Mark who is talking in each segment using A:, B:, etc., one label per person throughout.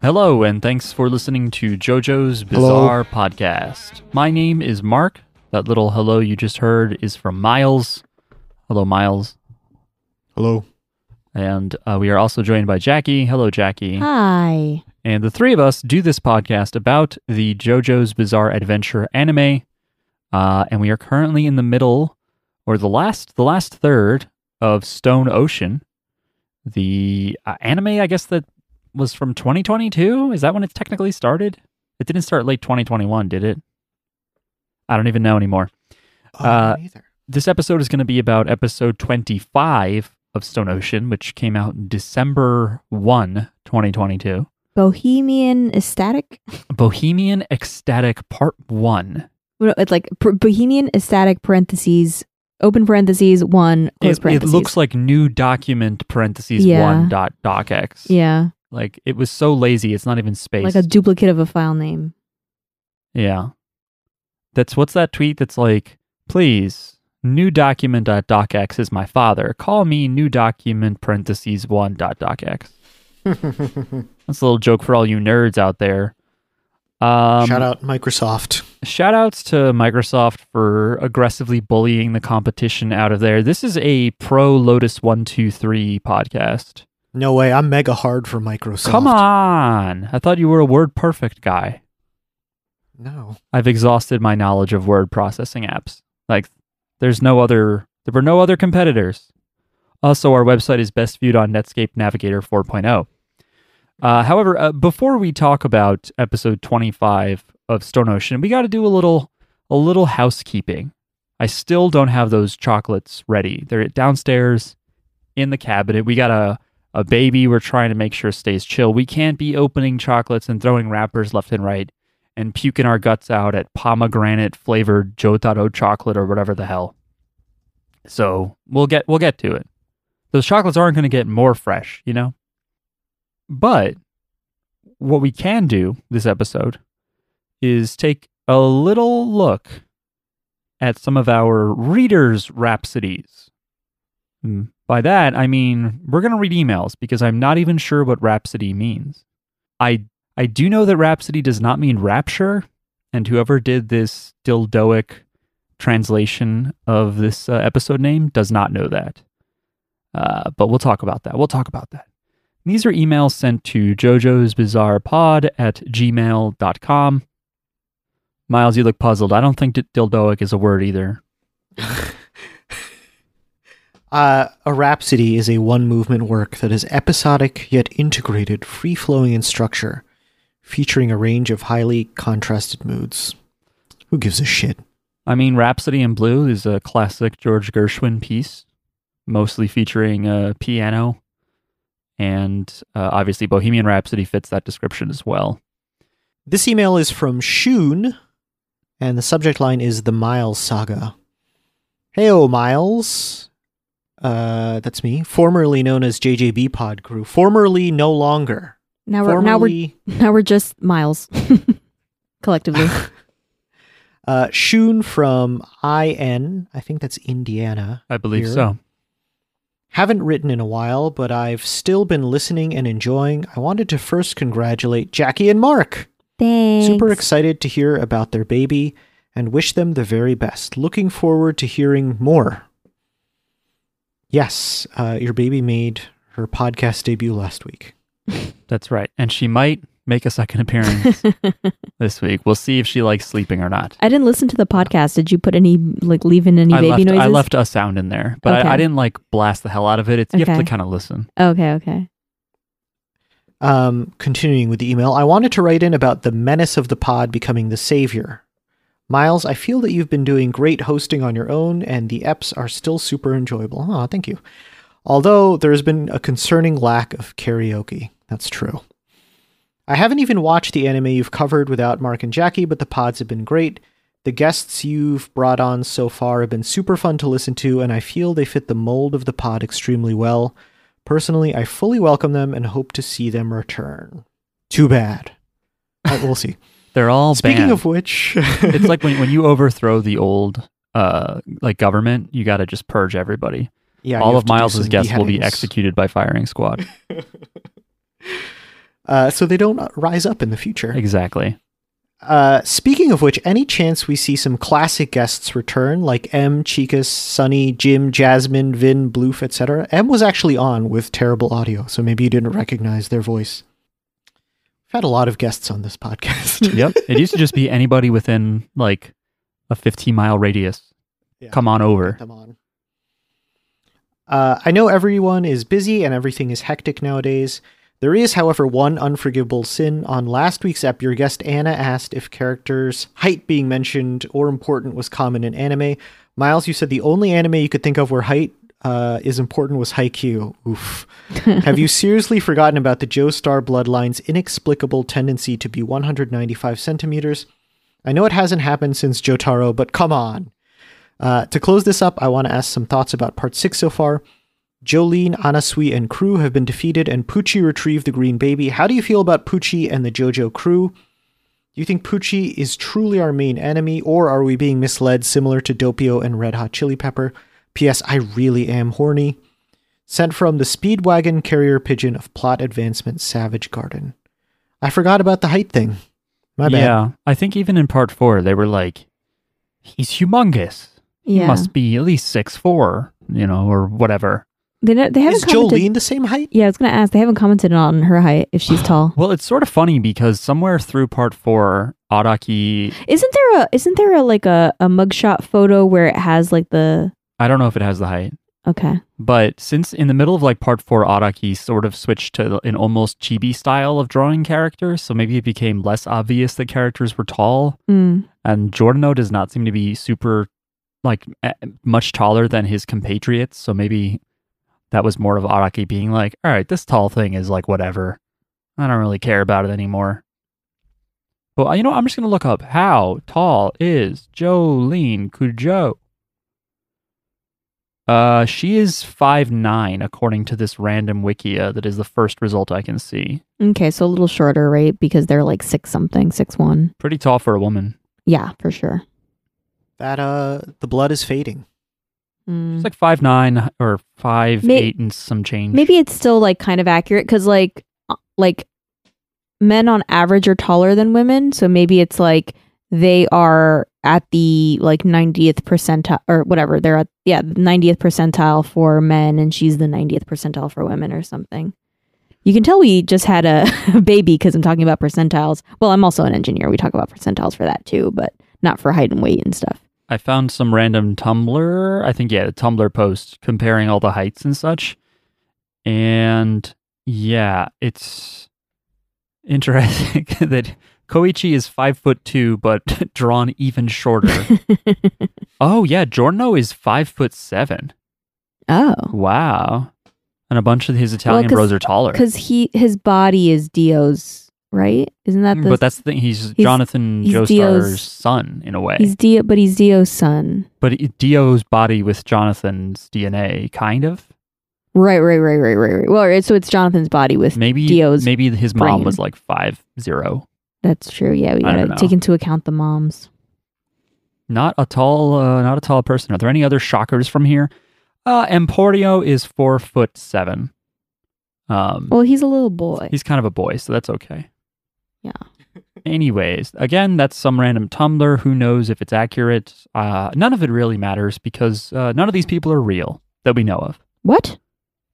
A: Hello, and thanks for listening to JoJo's Bizarre Podcast. My name is Mark. That little hello you just heard is from Miles. Hello, Miles.
B: Hello.
A: And uh, we are also joined by Jackie. Hello, Jackie.
C: Hi.
A: And the three of us do this podcast about the JoJo's Bizarre Adventure anime. Uh, and we are currently in the middle, or the last, the last third of Stone Ocean, the uh, anime. I guess that was from 2022. Is that when it technically started? It didn't start late 2021, did it? I don't even know anymore. Uh,
B: either.
A: This episode is going to be about episode 25 of Stone Ocean, which came out December 1, 2022.
C: Bohemian Ecstatic?
A: Bohemian Ecstatic Part 1.
C: What- It's like pr- Bohemian Ecstatic parentheses, open parentheses, one, close
A: It, it
C: parentheses.
A: looks like new document parentheses
C: Yeah.
A: 1 dot docx.
C: Yeah.
A: Like it was so lazy, it's not even spaced.
C: Like a duplicate of a file name.
A: yeah. That's what's that tweet that's like, please, new document dot docx is my father. Call me new document parentheses 1 dot docx. That's a little joke for all you nerds out there. Um,
B: Shout out Microsoft.
A: shout outs to Microsoft for aggressively bullying the competition out of there. This is a pro Lotus 123 podcast.
B: No way, I'm mega hard for Microsoft.
A: Come on. I thought you were a word perfect guy.
B: No.
A: I've exhausted my knowledge of word processing apps. Like there's no other there were no other competitors. Also, our website is best viewed on Netscape Navigator 4.0. Uh, however, uh, before we talk about episode 25 of Stone Ocean, we got to do a little a little housekeeping. I still don't have those chocolates ready. They're downstairs in the cabinet. We got a a baby we're trying to make sure stays chill. We can't be opening chocolates and throwing wrappers left and right and puking our guts out at pomegranate flavored Jotaro chocolate or whatever the hell. So we'll get we'll get to it. Those chocolates aren't going to get more fresh, you know. But what we can do this episode is take a little look at some of our readers' rhapsodies. Mm, By that, I mean we're going to read emails because I'm not even sure what rhapsody means. I I do know that rhapsody does not mean rapture, and whoever did this dildoic translation of this uh, episode name does not know that. Uh, but we'll talk about that. We'll talk about that. These are emails sent to Jojo's Bizarre Pod at gmail.com. Miles, you look puzzled. I don't think d- dildoic is a word either.
B: Uh, a rhapsody is a one movement work that is episodic yet integrated, free flowing in structure, featuring a range of highly contrasted moods. Who gives a shit?
A: I mean, Rhapsody in Blue is a classic George Gershwin piece, mostly featuring a piano. And uh, obviously, Bohemian Rhapsody fits that description as well.
B: This email is from Shun, and the subject line is the Miles Saga. Heyo, Miles. Uh, that's me. Formerly known as JJB Pod Crew. Formerly no longer.
C: Now we're, now we're,
B: Formerly,
C: now we're just Miles collectively.
B: uh, Shun from IN. I think that's Indiana.
A: I believe
B: here.
A: so.
B: Haven't written in a while, but I've still been listening and enjoying. I wanted to first congratulate Jackie and Mark.
C: Thanks.
B: Super excited to hear about their baby and wish them the very best. Looking forward to hearing more. Yes, uh, your baby made her podcast debut last week.
A: That's right. And she might make a second appearance this week. We'll see if she likes sleeping or not.
C: I didn't listen to the podcast. Did you put any, like, leave in any
A: I
C: baby
A: left,
C: noises?
A: I left a sound in there, but
C: Okay.
A: I, I didn't like blast the hell out of it. It's, You have to
C: Okay.
A: kind of listen.
C: Okay, okay.
B: Um, continuing with the email, I wanted to write in about the menace of the pod becoming the savior. Miles, I feel that you've been doing great hosting on your own, and the EPs are still super enjoyable. Oh, thank you. Although there's been a concerning lack of karaoke. That's true. I haven't even watched the anime you've covered without Mark and Jackie, but the pods have been great. The guests you've brought on so far have been super fun to listen to, and I feel they fit the mold of the pod extremely well. Personally, I fully welcome them and hope to see them return. Too bad. But we'll see.
A: They're all
B: Speaking
A: banned.
B: of which,
A: it's like when, when you overthrow the old uh, like government, you got to just purge everybody.
B: yeah, you
A: All
B: have
A: of
B: to do
A: Miles's
B: some
A: guests will be
B: beheadings.
A: executed by firing squad.
B: uh, so they don't rise up in the future.
A: Exactly.
B: Uh, speaking of which, any chance we see some classic guests return, like M, Chicas, Sunny, Jim, Jasmine, Vin, Bloof, etc.? M was actually on with terrible audio, so maybe you didn't recognize their voice. We've had a lot of guests on this podcast.
A: Yep. it used to just be anybody within like a 15 mile radius.
B: Yeah.
A: Come on over.
B: Come on. Uh, I know everyone is busy and everything is hectic nowadays. There is, however, one unforgivable sin. On last week's ep, your guest Anna asked if characters' height being mentioned or important was common in anime. Miles, you said the only anime you could think of where height uh, is important was Haikyuu. Oof. Have you seriously forgotten about the Joestar bloodline's inexplicable tendency to be 195 centimeters? I know it hasn't happened since Jotaro, but come on. Uh, to close this up, I want to ask some thoughts about part six so far. Jolene, Anasui, and crew have been defeated, and Pucci retrieved the green baby. How do you feel about Pucci and the JoJo crew? Do you think Pucci is truly our main enemy, or are we being misled similar to Doppio and Red Hot Chili Pepper? P.S. I really am horny. Sent from the Speedwagon Carrier Pigeon of Plot Advancement Savage Garden. I forgot about the height thing. My bad.
A: Yeah. I think even in part four, they were like, he's humongous. He
C: yeah.
A: must be at least six four, you know, or whatever.
C: They, don't- they haven't
B: Is
C: commented.
B: Jolene the same height?
C: Yeah, I was going to ask. They haven't commented on her height if she's tall.
A: Well, it's sort of funny because somewhere through part four, Araki,
C: Isn't there a isn't there a like a, a mugshot photo where it has like the
A: I don't know if it has the height,
C: okay.
A: but since in the middle of like part four, Araki sort of switched to an almost chibi style of drawing characters, so maybe it became less obvious that characters were tall.
C: Mm.
A: And Giordano does not seem to be super, like, eh, much taller than his compatriots, so maybe that was more of Araki being like, all right, this tall thing is like whatever. I don't really care about it anymore. But uh, you know, I'm just gonna look up how tall is Jolene Cujo. Uh, she is five nine, according to this random Wikia. That is the first result I can see.
C: Okay, so a little shorter, right? Because they're like six something, six one.
A: Pretty tall for a woman.
C: Yeah, for sure.
B: That uh, the blood is fading.
C: Mm.
A: It's like five nine or five
C: May-
A: eight and some change.
C: Maybe it's still like kind of accurate because like uh, like men on average are taller than women, so maybe it's like they are at the like 90th percentile or whatever they're at yeah 90th percentile for men and she's the 90th percentile for women or something you can tell we just had a baby because i'm talking about percentiles well i'm also an engineer we talk about percentiles for that too but not for height and weight and stuff
A: I found some random Tumblr, I think, yeah, the Tumblr post comparing all the heights and such. And yeah, it's interesting that Koichi is five foot two, but drawn even shorter. oh, yeah, Giorno is five foot seven.
C: oh
A: Wow. And a bunch of his Italian
C: 'cause-
A: bros are taller.
C: because he his body is dio's right isn't that the
A: Mm, but that's the thing. He's, Jonathan
C: he's
A: Joestar's
C: Dio's-
A: son, in a way.
C: He's Dio, but he's Dio's son.
A: but it- Dio's body with Jonathan's DNA, kind of.
C: Right, right, right, right, right, right. Well, right, so it's Jonathan's body with.
A: maybe
C: Dio's
A: maybe his mom
C: brain.
A: was like five zero.
C: That's true. Yeah, we
A: I don't
C: gotta
A: know.
C: take into account the moms.
A: Not a tall, uh, not a tall person. Are there any other shockers from here? Uh, Emporio is four foot seven. Um,
C: Well, he's a little boy.
A: he's kind of a boy, so that's okay.
C: Yeah.
A: Anyways, again, that's some random Tumblr. Who knows if it's accurate? Uh, none of it really matters because uh, none of these people are real that we know of.
C: what?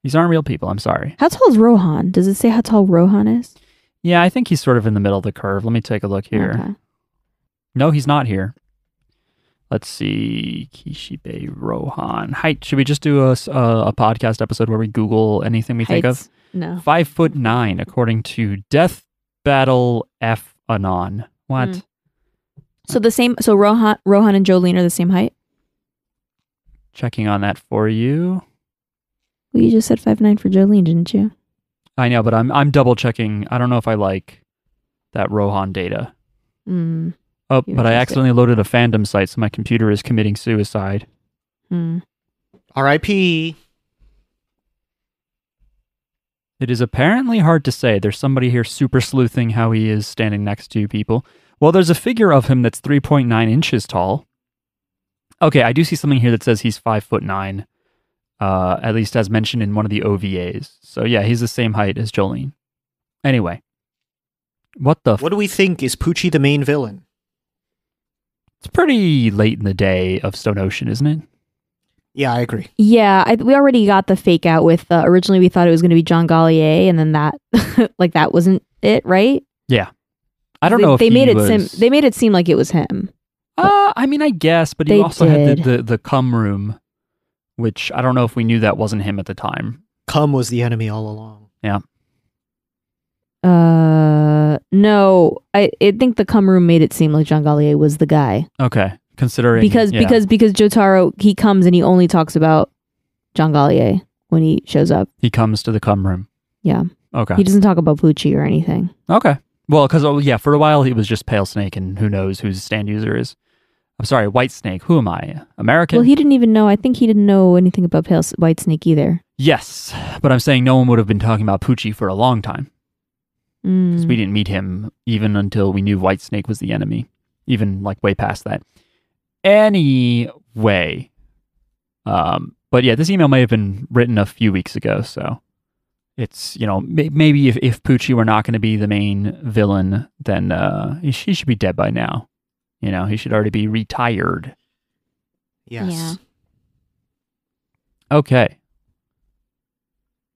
A: These aren't real people. I'm sorry.
C: How tall is Rohan? Does it say how tall Rohan is?
A: Yeah, I think he's sort of in the middle of the curve. Let me take a look here.
C: Okay.
A: No, he's not here. Let's see. Kishibe Rohan. Height. Should we just do a, s- uh, a podcast episode where we Google anything we think
C: Heights? Oh. No.
A: of? Five foot nine, according to Death Battle F Anon. What?
C: Hmm.
A: Uh,
C: So the same. So Rohan, Rohan and Jolene are the same height.
A: Checking on that for you.
C: Well, you just said five nine for Jolene, didn't you?
A: I know, but I'm I'm double checking. I don't know if I like that Rohan data.
C: Mm.
A: Oh,
C: You
A: but I
C: just did.
A: accidentally loaded a fandom site, so my computer is committing suicide.
C: Mm.
B: R.I.P.
A: It is apparently hard to say. There's somebody here super sleuthing how he is standing next to people. Well, there's a figure of him that's 3.9 inches tall. Okay, I do see something here that says he's five foot nine, uh, at least as mentioned in one of the OVAs. So yeah, he's the same height as Jolene. Anyway, What the? F-
B: What do we think is Poochie the main villain?
A: it's pretty late in the day of Stone Ocean, isn't it?
B: Yeah, I agree.
C: Yeah, I, we already got the fake out with uh, originally we thought it was going to be John Gallier, and then that like that wasn't it, right?
A: I don't
C: they,
A: know if
C: they
A: he
C: made it
A: was-
C: seem they made it seem like it was him.
A: Uh, I mean, I guess, but he
C: They
A: also had
C: did.
A: the, the the cum room, which I don't know if we knew that wasn't him at the time.
B: Cum was the enemy all along.
C: Uh, no, I, I think the cum room made it seem like John Gallier was the guy
A: Okay, considering
C: because
A: yeah.
C: because because Jotaro he comes and he only talks about John Gallier when he shows up.
A: he comes to the cum room.
C: Yeah.
A: Okay.
C: He doesn't talk about Pucci or anything.
A: okay. Well, because oh yeah, for a while he was just Pale Snake, and who knows who his stand user is. I'm sorry, White Snake. Who am I? American?
C: Well, he didn't even know. I think he didn't know anything about Pale S- White Snake either.
A: yes, but I'm saying no one would have been talking about Poochie for a long time. because
C: Mm.
A: we didn't meet him even until we knew White Snake was the enemy, even like way past that. Anyway, um, but yeah, this email may have been written a few weeks ago, so it's you know may- maybe if if Poochie were not going to be the main villain, then uh, he, sh- he should be dead by now. You know, he should already be retired.
B: Yes.
C: Yeah.
A: Okay.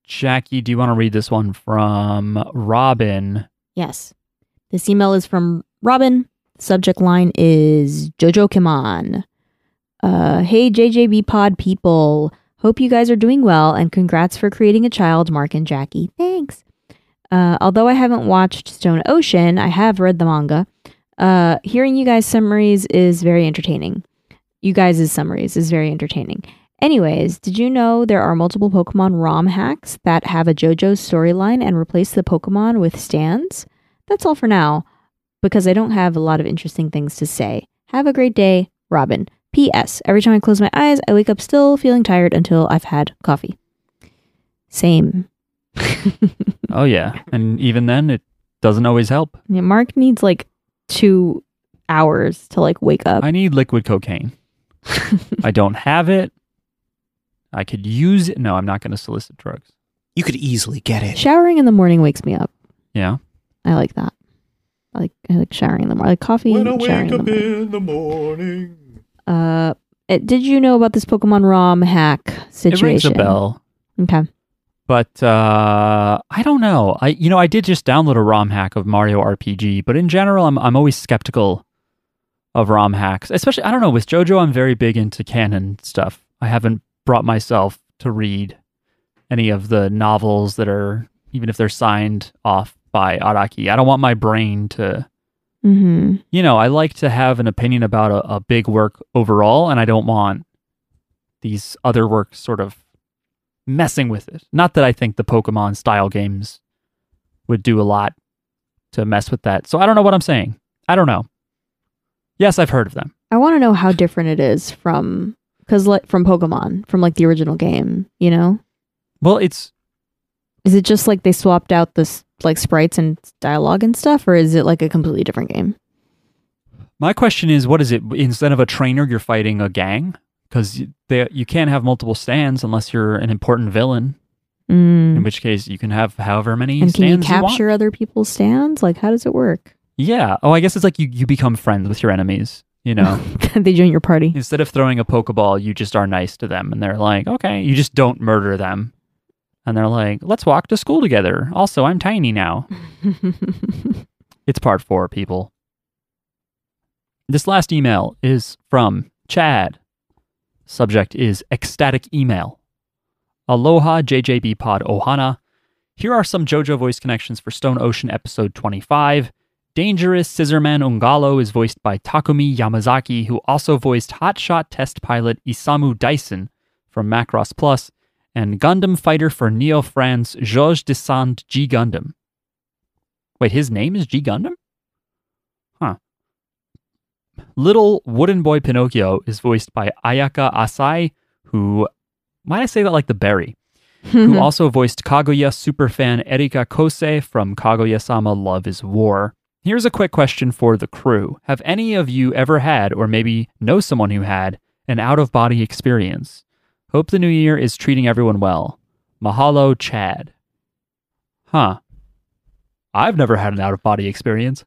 A: Jackie, do you want to read this one from Robin?
C: Yes. This email is from Robin. Subject line is Jojo Kimon. Uh, hey, JJB Pod people. Hope you guys are doing well and congrats for creating a child, Mark and Jackie. Thanks. Uh, although I haven't watched Stone Ocean, I have read the manga. Uh, hearing you guys' summaries is very entertaining. You guys' summaries is very entertaining. Anyways, did you know there are multiple Pokemon ROM hacks that have a JoJo storyline and replace the Pokemon with stands? That's all for now, because I don't have a lot of interesting things to say. Have a great day, Robin. P.S. Every time I close my eyes, I wake up still feeling tired until I've had coffee. Same.
A: Oh yeah, and even then, it doesn't always help.
C: Yeah, Mark needs like two hours to like wake up.
A: I need liquid cocaine. I don't have it. I could use it. No, I'm not going to solicit drugs.
B: You could easily get it.
C: Showering in the morning wakes me up.
A: Yeah.
C: I like that. I like I like showering in the morning. I like coffee. and showering in the morning.
B: in the morning.
C: Uh, it- did you know about this Pokemon ROM hack situation?
A: It rings a bell.
C: Okay.
A: But uh, I don't know. I you know I did just download a ROM hack of Mario RPG, but in general, I'm I'm always skeptical of ROM hacks. Especially I don't know with JoJo, I'm very big into canon stuff. I haven't brought myself to read any of the novels that are even if they're signed off by Araki. I don't want my brain to
C: Mm-hmm.
A: you know, I like to have an opinion about a, a big work overall, and I don't want these other works sort of messing with it. Not that I think the Pokemon style games would do a lot to mess with that. So I don't know what I'm saying. I don't know. Yes, I've heard of them.
C: I want to know how different it is from because like from Pokemon, from like the original game. You know,
A: Well, it's
C: is it just like they swapped out this like sprites and dialogue and stuff, or is it like a completely different game?
A: my question is what is it? Instead of a trainer, you're fighting a gang? Because you, they- you can't have multiple stands unless you're an important villain, in
C: Mm.
A: which case you can have however many
C: And can you
A: stands you want.
C: capture other people's stands? Like, how does it work?
A: Yeah. Oh, I guess it's like you, you become friends with your enemies. You know,
C: they join your party.
A: instead of throwing a Pokeball, you just are nice to them and they're like, okay, you just don't murder them. And they're like, let's walk to school together. Also, I'm tiny now. It's part four, people. This last email is from Chad. Subject is ecstatic email. Aloha JJB Pod Ohana. Here are some JoJo voice connections for Stone Ocean episode 25. Dangerous Scissorman Ungalo is voiced by Takumi Yamazaki, who also voiced Hotshot test pilot Isamu Dyson from Macross Plus, and Gundam fighter for Neo France Georges Desand G Gundam. Wait, his name is G Gundam? Huh. Little Wooden Boy Pinocchio is voiced by Ayaka Asai, who. Why did I say that like the berry?
C: Mm-hmm.
A: who also voiced Kaguya superfan Erika Kose from Kaguya Sama Love is War. Here's a quick question for the crew Have any of you ever had, or maybe know someone who had, an out of body experience? Hope the new year is treating everyone well. Mahalo, Chad. Huh. I've never had an out of body experience.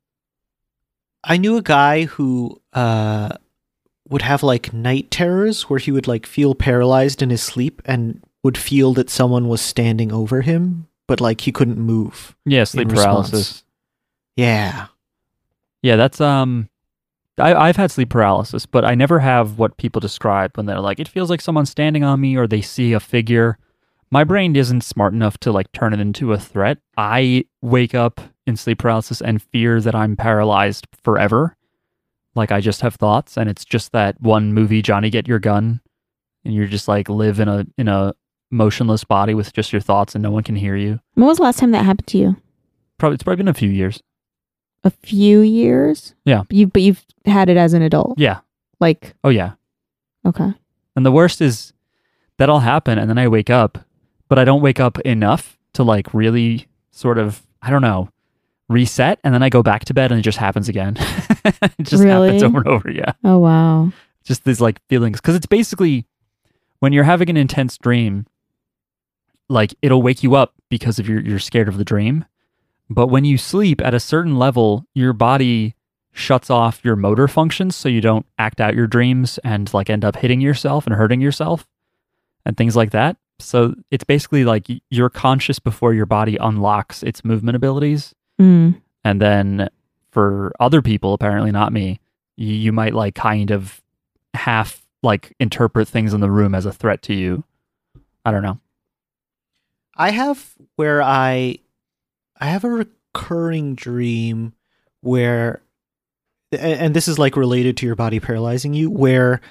B: I knew a guy who uh, would have like night terrors where he would like feel paralyzed in his sleep and would feel that someone was standing over him, but like he couldn't move.
A: Yeah, sleep
B: In response.
A: paralysis.
B: Yeah.
A: Yeah, that's um I, I've had sleep paralysis, but I never have what people describe when they're like, it feels like someone's standing on me or they see a figure. My brain isn't smart enough to like turn it into a threat. I wake up in sleep paralysis and fear that I'm paralyzed forever. Like I just have thoughts and it's just that one movie, Johnny Get Your Gun, and you're just like live in a in a motionless body with just your thoughts and no one can hear you.
C: When was the last time that happened to you?
A: Probably it's probably been a few years.
C: A few years.
A: Yeah.
C: You but you've had it as an adult.
A: Yeah.
C: Like
A: Oh yeah.
C: okay.
A: And the worst is that'll happen and then I wake up, but I don't wake up enough to like really sort of, I don't know, reset and then I go back to bed and it just happens again. it just happens
C: Really?
A: over and over, yeah.
C: Oh wow.
A: Just these like feelings cuz it's basically when you're having an intense dream like it'll wake you up because of your you're scared of the dream. But when you sleep at a certain level, your body shuts off your motor functions so you don't act out your dreams and like end up hitting yourself and hurting yourself and things like that. So it's basically like y- you're conscious before your body unlocks its movement abilities.
C: Mm.
A: And then for other people, apparently not me, you, you might like kind of half like interpret things in the room as a threat to you. I don't know.
B: I have where I I have a recurring dream where a- and this is like related to your body paralyzing you where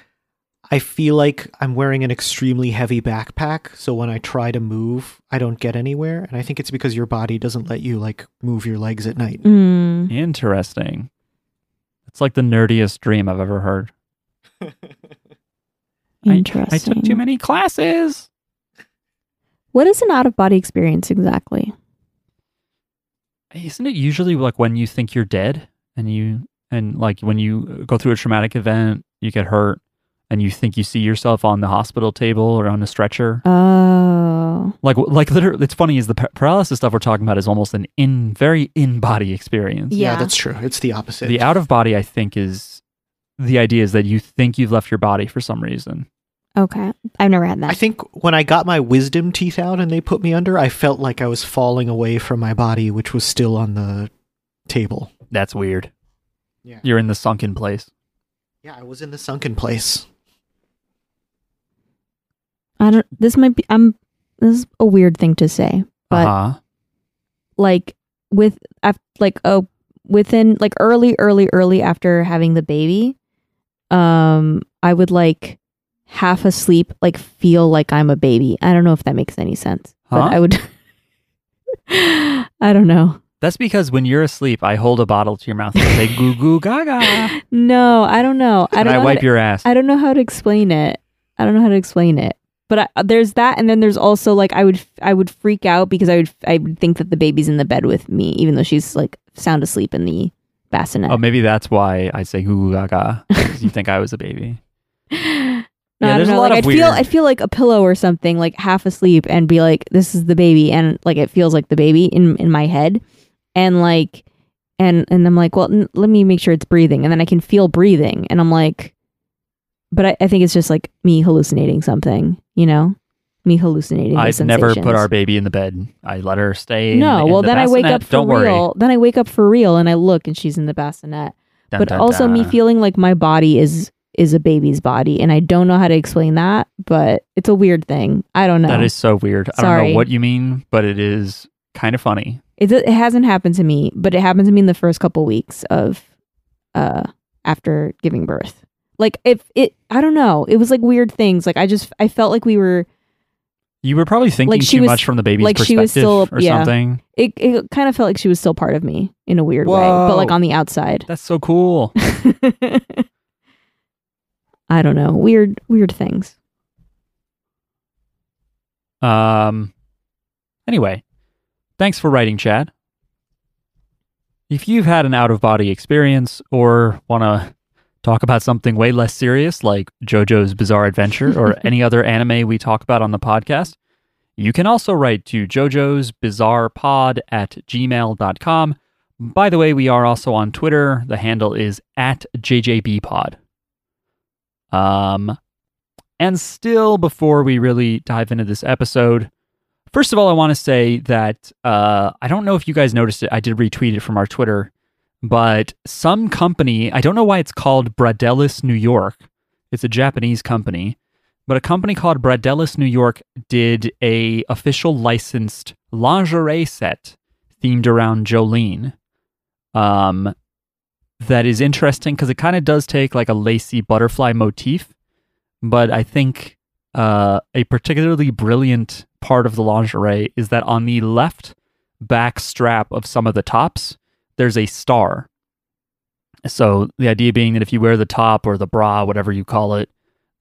B: I feel like I'm wearing an extremely heavy backpack so when I try to move I don't get anywhere and I think it's because your body doesn't let you like move your legs at night.
C: Mm.
A: Interesting. It's like the nerdiest dream I've ever heard. I-
C: Interesting.
A: I took too many classes.
C: What is an out of body experience exactly?
A: Isn't it usually like when you think you're dead and you and like when you uh, go through a traumatic event, you get hurt and you think you see yourself on the hospital table or on a stretcher?
C: Oh.
A: Like like literally it's funny is the pa- paralysis stuff we're talking about is almost an in very in-body experience.
B: Yeah,
C: Yeah.
B: that's true. It's the opposite.
A: The out of body I think is the idea is that you think you've left your body for some reason.
C: Okay. I've never had
B: I
C: that.
B: think when I got my wisdom teeth out and they put me under, I felt like I was falling away from my body, which was still on the table.
A: That's weird.
B: Yeah.
A: You're in the sunken place.
B: Yeah, I was in the sunken place.
C: I don't this might be I'm this is a weird thing to say, but
A: uh-huh.
C: like with af- like oh within like early early early after having the baby um i would like half asleep like feel like i'm a baby i don't know if that makes any sense
A: Huh?
C: but i would i don't know
A: That's because when you're asleep, I hold a bottle to your mouth and say goo goo gaga,
C: no i don't know i
A: and
C: don't
A: I
C: know how
A: wipe
C: to,
A: your ass.
C: i don't know how to explain it i don't know how to explain it but I, there's that and then there's also like i would f- i would freak out because i would f- i would think that the baby's in the bed with me even though she's like sound asleep in the bassinet
A: Oh, maybe that's why I say goo goo gaga. 'cause you think I was a baby.
C: no,
A: Yeah,
C: I
A: there's
C: don't
A: a
C: know.
A: lot
C: like
A: of
C: I'd feel
A: weird-
C: I'd feel like a pillow or something, like half asleep, and be like, "This is the baby," and like it feels like the baby in in my head, and like, and and I'm like, "Well, n- let me make sure it's breathing," and then I can feel breathing, and I'm like, but I, I think it's just like me hallucinating something, you know, me hallucinating.
A: I've
C: those
A: never put
C: sensations.
A: our baby in the bed. I let her stay. in-
C: no.
A: in
C: well,
A: the
C: then I wake
A: bassinet.
C: up for
A: Don't worry.
C: real. Then I wake up for real, and I look, and she's in the bassinet
A: Dun,
C: but
A: dun,
C: also me
A: dun.
C: feeling like my body is is a baby's body and i don't know how to explain that but it's a weird thing i don't know
A: That is so weird. I don't
C: Oh. Sorry.
A: know what you mean, but it is kind of funny.
C: it, it hasn't happened to me but it happened to me in the first couple weeks of uh after giving birth like if it i don't know it was like weird things like i just i felt like we were
A: You were probably thinking
C: Like she
A: too
C: was-
A: much from the baby's
C: like
A: perspective
C: she was still-
A: or
C: yeah.
A: something.
C: it, it kind of felt like she was still part of me in a weird way but like
A: Whoa.
C: on the outside
A: That's so cool.
C: i don't know weird weird things
A: Um. Anyway, thanks for writing, Chad. If you've had an out of body experience or want to talk about something way less serious like JoJo's Bizarre Adventure or any other anime we talk about on the podcast, You can also write to Jojo's Bizarre Pod at gmail.com. By the way, we are also on Twitter. The handle is at JJBpod. Um, and still, before we really dive into this episode, first of all, I want to say that uh, I don't know if you guys noticed it. I did retweet it from our Twitter, but some company, I don't know why it's called Bradelis New York, it's a Japanese company, but a company called Bradelis New York did a official licensed lingerie set themed around Jolene. Um, that is interesting because it kind of does take like a lacy butterfly motif, but I think uh, a particularly brilliant part of the lingerie is that on the left back strap of some of the tops, there's a star. So the idea being that if you wear the top or the bra, whatever you call it,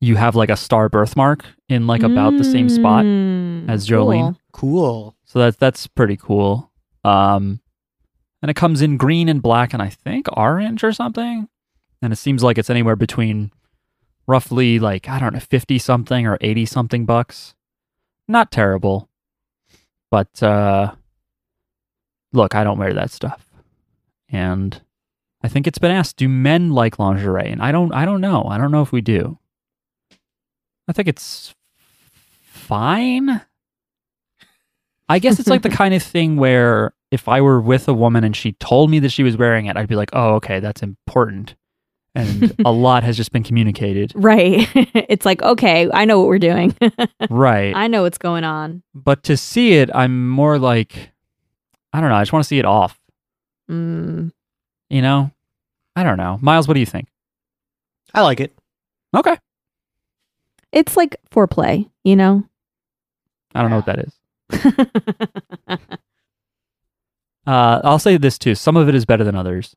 A: you have like a star birthmark in like about the same spot
C: Mm,
A: as Jolene.
B: Cool.
A: So that's that's pretty cool. Um, and it comes in green and black and I think orange or something. And it seems like it's anywhere between roughly like I don't know fifty something or eighty something bucks. Not terrible, but uh, look, I don't wear that stuff, and I think it's been asked: Do men like lingerie? And I don't. I don't know. I don't know if we do. I think it's fine. I guess it's like the kind of thing where if I were with a woman and she told me that she was wearing it, I'd be like, oh, okay, that's important. And a lot has just been communicated.
C: Right. it's like, okay, I know what we're doing.
A: Right.
C: I know what's going on.
A: but to see it, I'm more like, I don't know. I just want to see it off,
C: Mm.
A: you know? I don't know. Miles, what do you think?
B: I like it.
A: Okay.
C: It's like foreplay, you know?
A: I don't know what that is. Uh, I'll say this too. Some of it is better than others.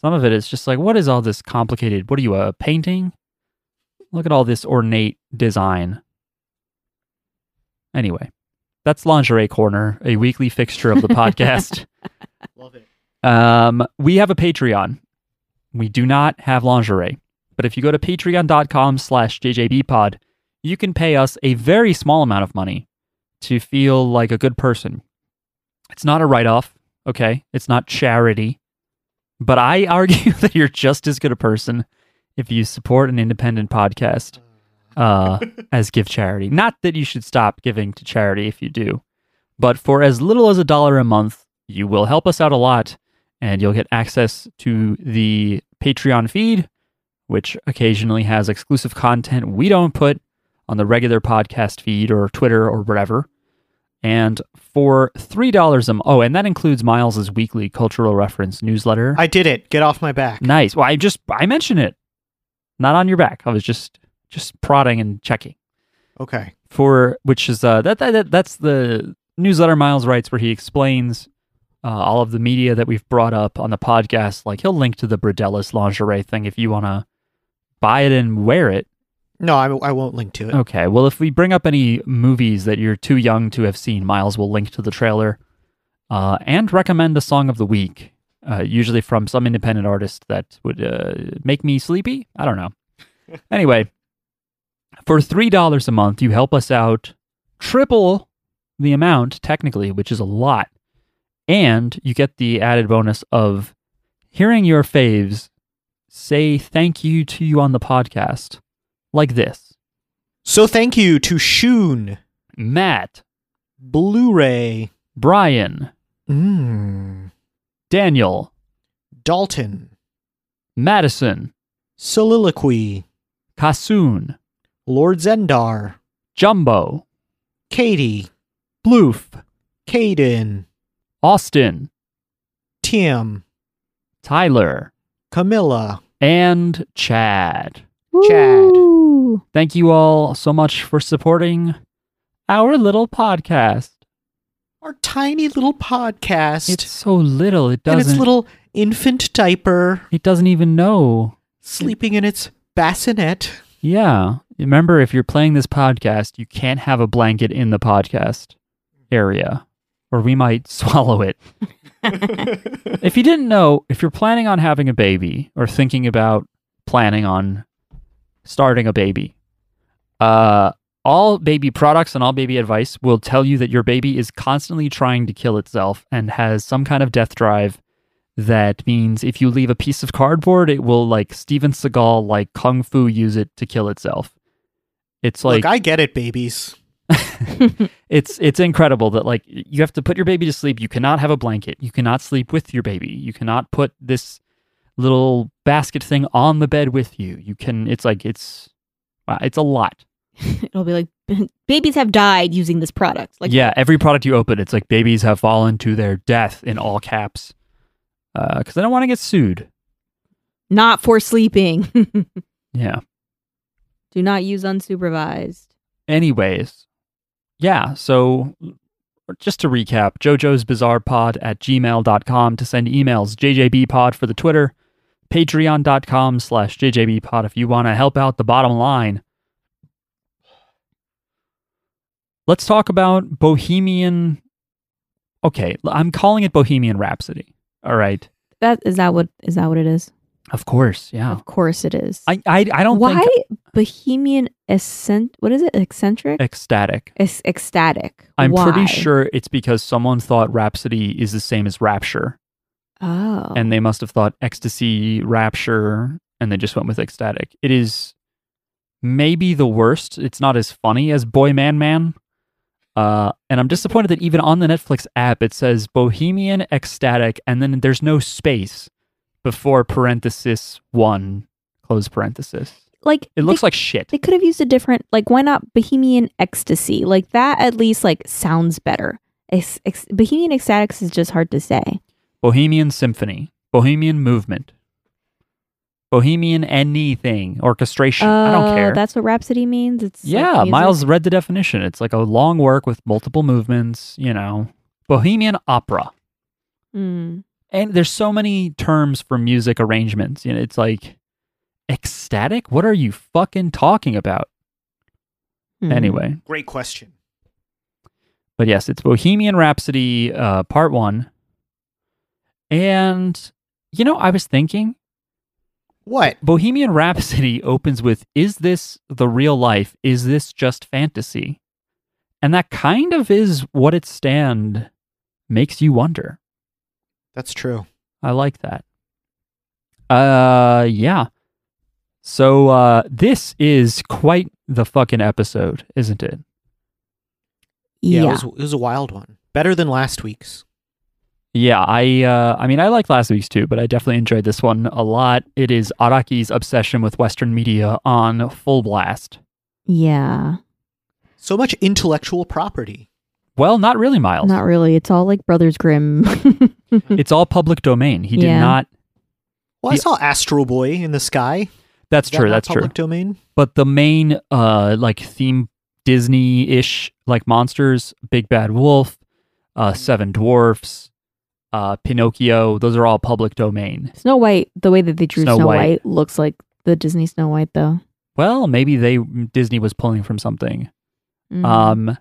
A: Some of it is just like, what is all this complicated? What are you, a painting? Look at all this ornate design. Anyway, that's Lingerie Corner, a weekly fixture of the podcast.
B: Love it.
A: Um, we have a Patreon. We do not have lingerie, but if you go to patreon.com slash jjbpod, you can pay us a very small amount of money to feel like a good person. It's not a write-off, okay? It's not charity. But I argue that you're just as good a person if you support an independent podcast uh, as give charity. Not that you should stop giving to charity if you do, but for as little as a dollar a month, you will help us out a lot and you'll get access to the Patreon feed, which occasionally has exclusive content we don't put on the regular podcast feed or Twitter or wherever. And for three dollars a m- oh, and that includes Miles's weekly cultural reference newsletter.
B: I did it. Get off my back.
A: nice. Well, I just I mentioned it, not on your back. I was just just prodding and checking
B: Okay.
A: for which is uh, that, that, that that's the newsletter Miles writes where he explains uh, all of the media that we've brought up on the podcast. Like he'll link to the Bradellis lingerie thing if you want to buy it and wear it.
B: No, I, I won't link to it.
A: Okay. Well, if we bring up any movies that you're too young to have seen, Miles will link to the trailer uh, and recommend a song of the week, uh, usually from some independent artist that would uh, make me sleepy. I don't know. anyway, for $3 a month, you help us out triple the amount, technically, which is a lot. And you get the added bonus of hearing your faves say thank you to you on the podcast like this.
B: So thank you to Shun,
A: Matt,
B: Blu-ray,
A: Brian,
B: mm.
A: Daniel,
B: Dalton,
A: Madison,
B: Soliloquy,
A: Kasoon,
B: Lord Zendar,
A: Jumbo,
B: Katie,
A: Bloof,
B: Caden,
A: Austin,
B: Tim,
A: Tyler,
B: Camilla.
A: and Chad.
B: Chad.
C: Woo.
A: Thank you all so much for supporting our little podcast.
B: Our tiny little podcast.
A: It's so little, it
B: and
A: doesn't
B: its little infant diaper
A: it doesn't even know.
B: sleeping in its bassinet.
A: Yeah. Remember if you're playing this podcast, you can't have a blanket in the podcast area or we might swallow it. if you didn't know, if you're planning on having a baby or thinking about planning on starting a baby, uh, All baby products and all baby advice will tell you that your baby is constantly trying to kill itself and has some kind of death drive. That means if you leave a piece of cardboard, it will like Steven Seagal, like Kung Fu, use it to kill itself. It's like
B: Look, I get it, babies.
A: it's it's incredible that like you have to put your baby to sleep. You cannot have a blanket. You cannot sleep with your baby. You cannot put this little basket thing on the bed with you. You can. It's like it's wow, it's a lot.
C: It'll be like babies have died using this product. Like
A: yeah, every product you open, it's like babies have fallen to their death in all caps. Because I don't want to get sued.
C: not for sleeping. Do
A: Yeah.
C: not use unsupervised.
A: anyways, yeah, so just to recap, Jojo's Bizarre Pod at gmail.com to send emails, JJBpod for the Twitter, patreon.com slash JJBpod if you want to help out the bottom line. Let's talk about Bohemian. Okay, I'm calling it Bohemian Rhapsody. All right.
C: That is that what is that what it is?
A: Of course, yeah.
C: Of course it is.
A: I, I, I don't
C: Why
A: think
C: bohemian ascent? What is it? Eccentric?
A: ecstatic.
C: Ec- ecstatic.
A: I'm
C: Why?
A: pretty sure it's because someone thought Rhapsody is the same as Rapture.
C: Oh,
A: and they must have thought ecstasy, rapture, and they just went with ecstatic. It is maybe the worst. It's not as funny as Boy Man Man. Uh, and I'm disappointed that even on the Netflix app, it says Bohemian Ecstatic, and then there's no space before parenthesis one, close parenthesis.
C: like
A: It looks
C: they,
A: like shit.
C: they could have used a different. Like why not bohemian ecstasy? Like that at least like sounds better. Ex- ex- bohemian ecstatics is just hard to say.
A: Bohemian Symphony, Bohemian Movement, Bohemian anything, orchestration. I
C: Oh,
A: don't care.
C: That's what rhapsody means. It's like
A: Yeah,
C: music.
A: Miles read the definition. It's like a long work with multiple movements, you know, bohemian opera.
C: Mm.
A: And there's so many terms for music arrangements. You know, it's like ecstatic? What are you fucking talking about?
C: Mm.
A: Anyway,
B: Great question.
A: but yes, it's Bohemian Rhapsody uh, part 1. And you know, I was thinking
B: What?
A: Bohemian Rhapsody opens with Is this the real life? Is this just fantasy? And that kind of is what its stand makes you wonder.
B: That's true.
A: I like that. Uh, yeah. So, uh, this is quite the fucking episode, isn't it?
C: yeah,
B: It, was, it was a wild one. Better than last week's.
A: Yeah, I uh, I mean I liked last week's too, but I definitely enjoyed this one a lot. It is Araki's obsession with Western media on full blast.
C: yeah.
B: So much intellectual property.
A: Well, not really, Miles.
C: Not really. It's all like Brothers Grimm.
A: it's all public domain. He did
C: Yeah.
A: not.
B: Well, I
A: Yeah.
B: saw Astro Boy in the sky.
A: That's
B: Is that
A: true.
B: not
A: That's true.
B: public domain.
A: But the main, uh, like theme Disney ish, like monsters, Big Bad Wolf, uh, Seven Dwarfs, uh, Pinocchio. Those are all public domain.
C: Snow White, the way that they drew
A: Snow
C: Snow,
A: White.
C: White. looks like the Disney Snow White, though.
A: Well, maybe they Disney was pulling from something.
C: Mm.
A: Um,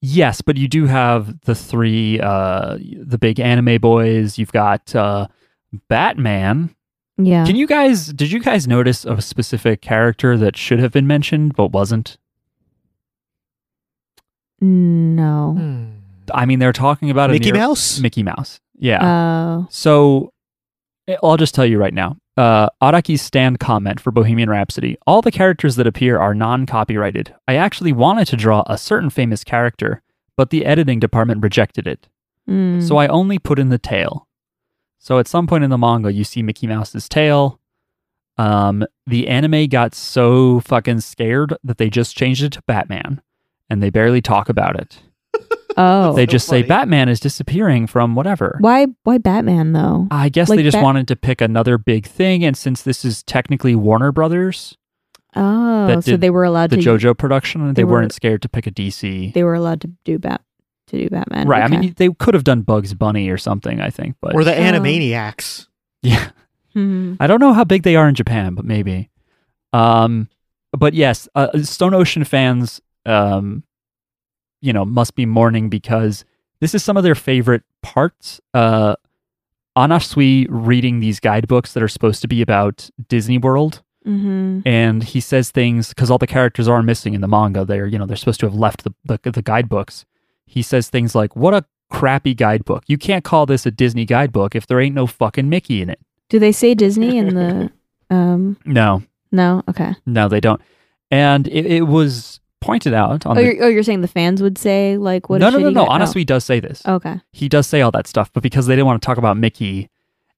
A: yes, but you do have the three, uh, the big anime boys. You've got uh, Batman.
C: yeah.
A: Can you guys? Did you guys notice a specific character that should have been mentioned but wasn't?
C: no.
B: Hmm.
A: I mean, they're talking about
B: Mickey
A: a near-
B: Mouse.
A: Mickey Mouse. Yeah.
C: Oh.
A: so I- I'll just tell you right now. Uh, Araki's stand comment for Bohemian Rhapsody. All the characters that appear are non-copyrighted. I actually wanted to draw a certain famous character, but the editing department rejected it.
C: Mm.
A: So I only put in the tail. So at some point in the manga, you see Mickey Mouse's tail. Um, the anime got so fucking scared that they just changed it to Batman, and they barely talk about it
C: oh.
A: they
B: So
A: just say
B: funny.
A: Batman is disappearing from whatever.
C: why? Why Batman though?
A: I guess
C: Like
A: they just
C: Bat-
A: wanted to pick another big thing, and since this is technically Warner Brothers,
C: Oh.
A: that
C: So
A: did
C: they were allowed
A: the
C: to.
A: JoJo production, they,
C: they were-
A: were, not scared to pick a DC.
C: They were allowed to do Bat. To do Batman.
A: right? I
C: Okay.
A: mean, they could have done Bugs Bunny or something. I think, but
B: or the
C: Oh.
B: Animaniacs.
A: yeah,
C: Hmm.
A: I don't know how big they are in Japan, but maybe. Um, but yes, uh, Stone Ocean fans, um, you know, must be mourning because this is some of their favorite parts. Uh, Anasui reading these guidebooks that are supposed to be about Disney World
C: Mm-hmm.
A: and he says things because all the characters are missing in the manga. They're you know they're supposed to have left the, the the guidebooks. He says things like, "What a crappy guidebook! You can't call this a Disney guidebook if there ain't no fucking Mickey in it."
C: Do they say Disney in the? Um,
A: No,
C: no. Okay.
A: no, they don't. And it, it was pointed out on
C: oh,
A: the
C: you're, oh, you're saying the fans would say like what?
A: no,
C: a
A: no, no,
C: shitty
A: no.
C: guy-
A: Honestly, he does say this.
C: Oh, okay.
A: He does say all that stuff, but because they didn't want to talk about Mickey,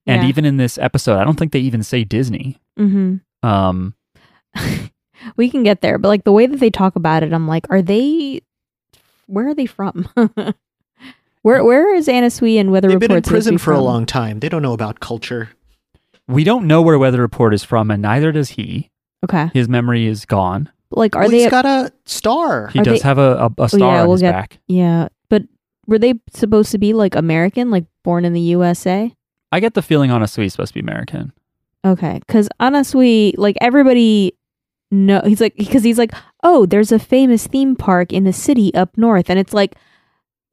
A: and even in this episode, I don't think they even say Disney.
C: hmm
A: Um,
C: we can get there, but like the way that they talk about it, I'm like, are they? Where are they from? where Where is Anna Sui and Weather
B: They've
C: Reports?
B: been in
C: supposed to be
B: prison for a
C: from?
B: long time. They don't know about culture.
A: we don't know where Weather Report is from, and neither does he.
C: Okay.
A: His memory is gone.
C: Like, are
B: Well,
C: they?
B: he's got a star.
A: He
C: Are
A: does
C: they- Oh,
A: have a, a, a star
C: yeah,
A: on
C: we'll
A: his
C: get-
A: back.
C: yeah, but were they supposed to be like American, like born in the USA?
A: I get the feeling honestly he's supposed to be American.
C: Okay, because Anasui, like everybody, know he's like because he's like, oh, there's a famous theme park in a city up north, and it's like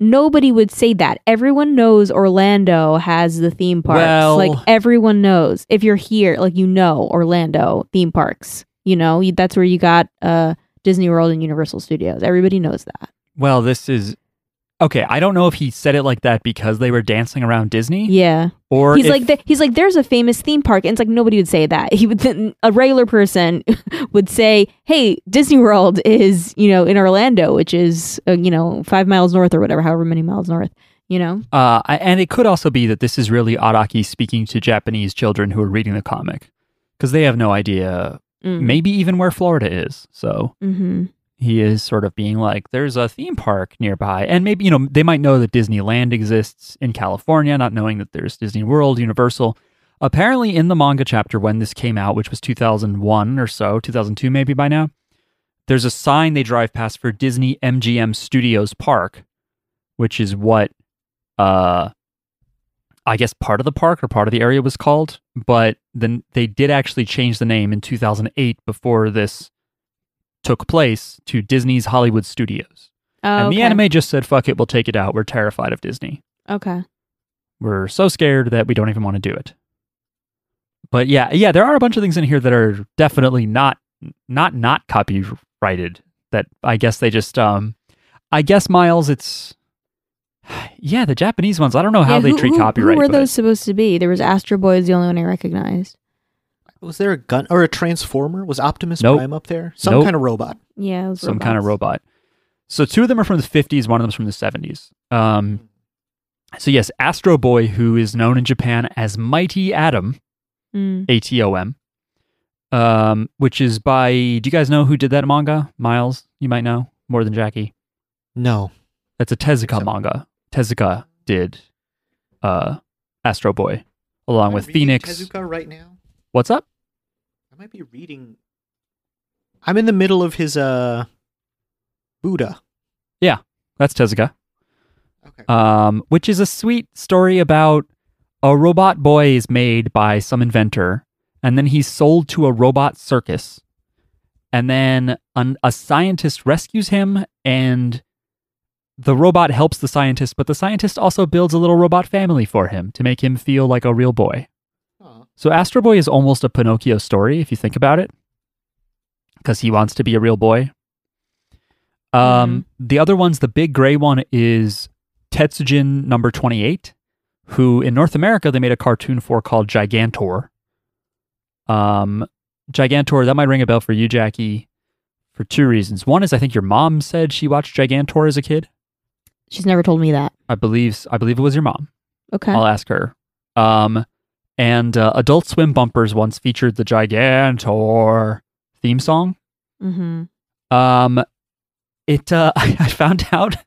C: nobody would say that. Everyone knows Orlando has the theme parks.
A: Well-
C: like everyone knows if you're here, like you know Orlando theme parks. You know you, that's where you got uh Disney World and Universal Studios. Everybody knows that.
A: Well, this is okay. I don't know if he said it like that because they were dancing around Disney,
C: Yeah.
A: or
C: he's
A: if-
C: like the, he's like there's a famous theme park and it's like nobody would say that he would a regular person would say hey disney world is you know in orlando which is uh, you know five miles north or whatever however many miles north you know
A: uh, I- and it could also be that this is really Araki speaking to Japanese children who are reading the comic because they have no idea,
C: Hmm.
A: maybe even where Florida is. So
C: Mm. mm-hmm.
A: he is sort of being like, "There's a theme park nearby," and maybe you know they might know that Disneyland exists in California, not knowing that there's Disney World, Universal. Apparently, in the manga chapter when this came out, which was 2001 or so, 2002 maybe by now, there's a sign they drive past for Disney MGM Studios Park, which is what, uh, I guess part of the park or part of the area was called. But then they did actually change the name in 2008 before this took place to Disney's Hollywood Studios.
C: oh,
A: and
C: okay.
A: the anime just said, "Fuck it, we'll take it out. We're terrified of Disney.
C: okay
A: We're so scared that we don't even want to do it." But yeah, yeah, there are a bunch of things in here that are definitely not not not copyrighted that I guess they just um I guess Miles it's yeah, the Japanese ones. I don't know how
C: Yeah,
A: they
C: who-
A: treat
C: who,
A: copyright.
C: who were
A: but-
C: those supposed to be there was astro boy is the only one i recognized
B: Was there a gun or a transformer? Was Optimus
A: Nope.
B: Prime up there? Some
A: Nope.
B: kind of robot.
C: yeah it was
A: some kind of robot.
C: robots.
A: So two of them are from the 50s, one of them's from the 70s. Um,
B: Hmm.
A: so yes, Astro Boy, who is known in Japan as Mighty Atom,
C: Mm.
A: A T O M, um, which is by. Do you guys know who did that manga? Miles, you might know more than Jackie.
B: No.
A: That's a Tezuka
B: So-
A: manga. Tezuka did uh, Astro Boy along with Phoenix.
B: Tezuka right now.
A: What's up?
B: I might be reading. I'm in the middle of his uh, Buddha.
A: That's Tezuka.
B: Okay.
A: um, which is a sweet story about a robot boy is made by some inventor, and then he's sold to a robot circus, and then an, a scientist rescues him, and the robot helps the scientist, but the scientist also builds a little robot family for him to make him feel like a real boy. So Astro Boy is almost a Pinocchio story if you think about it, because he wants to be a real boy. Um, The other one's the big gray one is Tetsujin number twenty eight, who in North America they made a cartoon for called Gigantor. Um, Gigantor that might ring a bell for you, Jackie, for two reasons. One is I think your mom said she watched Gigantor as a kid.
C: she's never told me that
A: I believe I believe it was your mom.
C: okay
A: I'll ask her. Um, and uh, Adult Swim bumpers once featured the Gigantor theme song.
C: mm-hmm.
A: Um, it uh, I found out.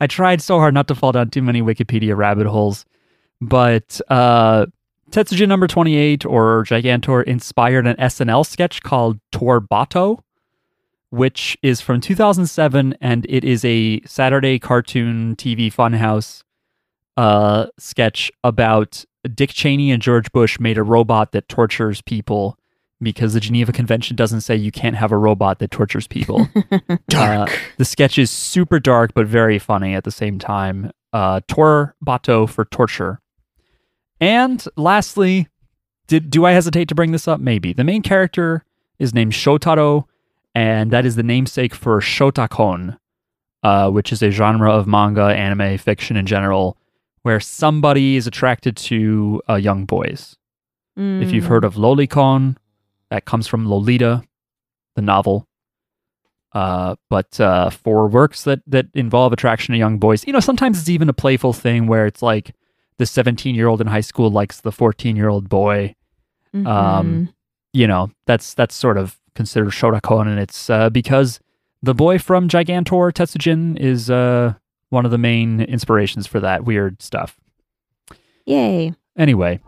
A: I tried so hard not to fall down too many Wikipedia rabbit holes, but uh, Tetsujin number twenty eight or Gigantor inspired an SNL sketch called Torbato, which is from two thousand seven, and it is a Saturday cartoon TV funhouse uh, sketch about Dick Cheney and George Bush made a robot that tortures people because the Geneva Convention doesn't say you can't have a robot that tortures people.
B: Dark.
A: Uh, the sketch is super dark but very funny at the same time. Uh, Tor Bato for torture. And lastly, did do I hesitate to bring this up? Maybe the main character is named Shotaro, and that is the namesake for Shotakon, uh, which is a genre of manga, anime, fiction in general, where somebody is attracted to uh, young boys. If
C: Mm.
A: you've heard of Lolicon, that comes from Lolita, the novel. Uh, but uh, for works that that involve attraction to young boys, you know, sometimes it's even a playful thing where it's like the 17 year old in high school likes the 14 year old boy.
C: Mhm.
A: um, You know, that's that's sort of considered Shorakon, and it's uh, because the boy from Gigantor Tetsujin is uh, one of the main inspirations for that weird stuff.
C: yay.
A: Anyway,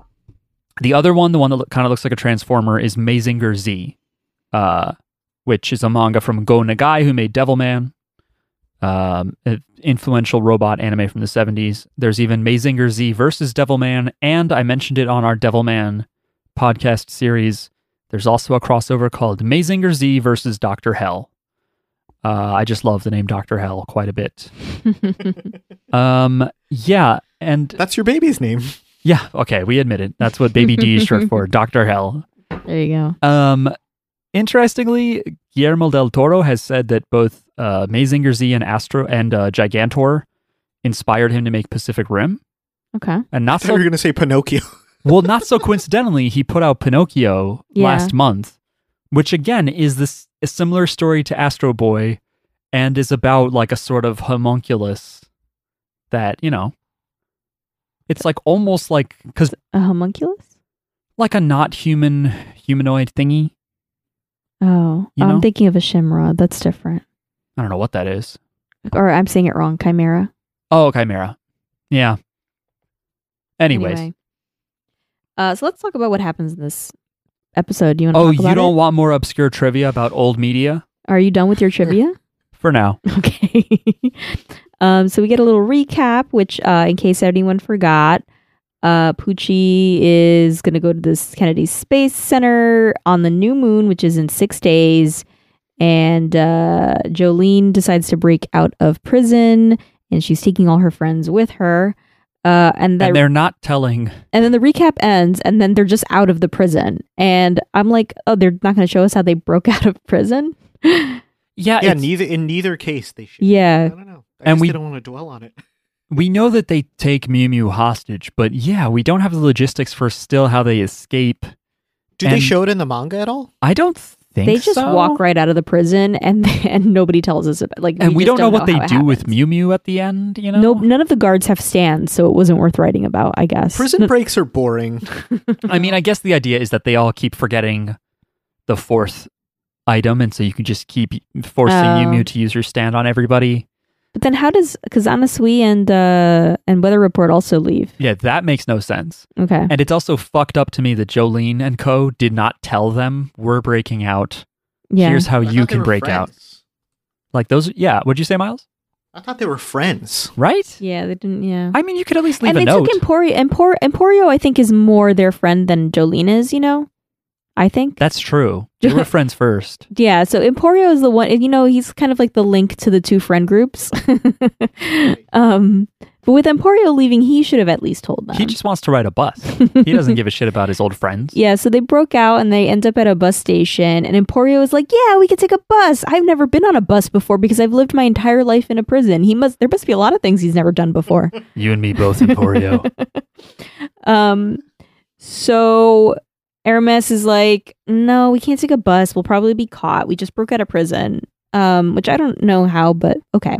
A: the other one, the one that kind of looks like a transformer, is Mazinger Z, uh, which is a manga from Go Nagai, who made Devilman, um, an influential robot anime from the 70s. There's even Mazinger Z versus Devilman, and I mentioned it on our Devilman podcast series. There's also a crossover called Mazinger Z versus Dr. Hell. Uh, I just love the name Dr. Hell quite a bit. Um, yeah, and
B: That's your baby's name.
A: yeah. Okay. We admit it. That's what Baby D is short for, Dr. Hell.
C: there you go.
A: Um, interestingly, Guillermo del Toro has said that both uh, Mazinger Z and Astro and uh, Gigantor inspired him to make Pacific Rim,
C: Okay.
A: and
B: I
A: not
B: thought you were
A: so
B: going to say Pinocchio.
A: well, not so coincidentally, he put out Pinocchio
C: Yeah.
A: last month, which again is this a similar story to Astro Boy, and is about like a sort of homunculus that you know. It's like almost like because
C: A Uh, homunculus?
A: like a not human humanoid thingy.
C: Oh,
A: You know?
C: I'm thinking of a Shimra. That's different.
A: I don't know what that is.
C: Or I'm saying it wrong. Chimera.
A: Oh, chimera. Yeah. Anyways.
C: Anyway. Uh, so let's talk about what happens in this episode. You want to
A: Oh,
C: talk about
A: you don't
C: it?
A: want more obscure trivia about old media?
C: Are you done with your trivia?
A: For now.
C: Okay. um, so we get a little recap, which, uh, in case anyone forgot, uh, Poochie is going to go to this Kennedy Space Center on the new moon, which is in six days. And uh, Jolene decides to break out of prison, and she's taking all her friends with her. Uh, and, that,
A: and they're not telling.
C: and then the recap ends, and then they're just out of the prison. And I'm like, oh, they're not going to show us how they broke out of prison.
A: Yeah,
B: yeah,
A: it's-
B: neither in neither case they should. I
C: yeah.
B: don't know. I
A: And
B: just
A: we-
B: didn't want to dwell on it.
A: we know that they take Mew Mew hostage, but yeah, we don't have the logistics for still how they escape.
B: Did they
A: And-
B: show it in the manga at all?
A: I don't think
C: They just
A: so.
C: walk right out of the prison, and and nobody tells us about. Like,
A: And we,
C: just
A: don't know what they do
C: how it
A: with
C: happens.
A: Mew Mew at the end, you know?
C: No, none of the guards have stands, so it wasn't worth writing about. I guess
B: Prison breaks are boring.
A: I mean, I guess the idea is that they all keep forgetting the fourth item, and so you can just keep forcing
C: Oh.
A: Mew Mew to use her stand on everybody.
C: But then, how does because Anasui and uh and Weather Report also leave?
A: Yeah, that makes no sense.
C: Okay,
A: And it's also fucked up to me that Jolene and Co. did not tell them we're breaking out.
C: yeah,
A: Here's how
B: I
A: Oh, you
B: thought they
A: can
B: were
A: break out.
B: friends.
A: Like those, yeah. What'd you say, Miles?
B: I thought they were friends.
A: Right?
C: yeah, they didn't, yeah.
A: I mean, you could at least leave
C: And
A: a
C: they
A: note.
C: took Emporio. Empor- Emporio, I think, is more their friend than Jolene is. You know, I think.
A: That's true. They were friends first.
C: yeah, so Emporio is the one, and, you know, he's kind of like the link to the two friend groups. um, but with Emporio leaving, he should have at least told them.
A: He just wants to ride a bus. He doesn't give a shit about his old friends.
C: Yeah, so they broke out and they end up at a bus station. And Emporio is like, "Yeah, we can take a bus. I've never been on a bus before because I've lived my entire life in a prison. He must. There must be a lot of things he's never done before."
A: You and me both, Emporio.
C: um, so Aramis is like, "No, we can't take a bus. We'll probably be caught. We just broke out of prison." Um, which I don't know how, but okay.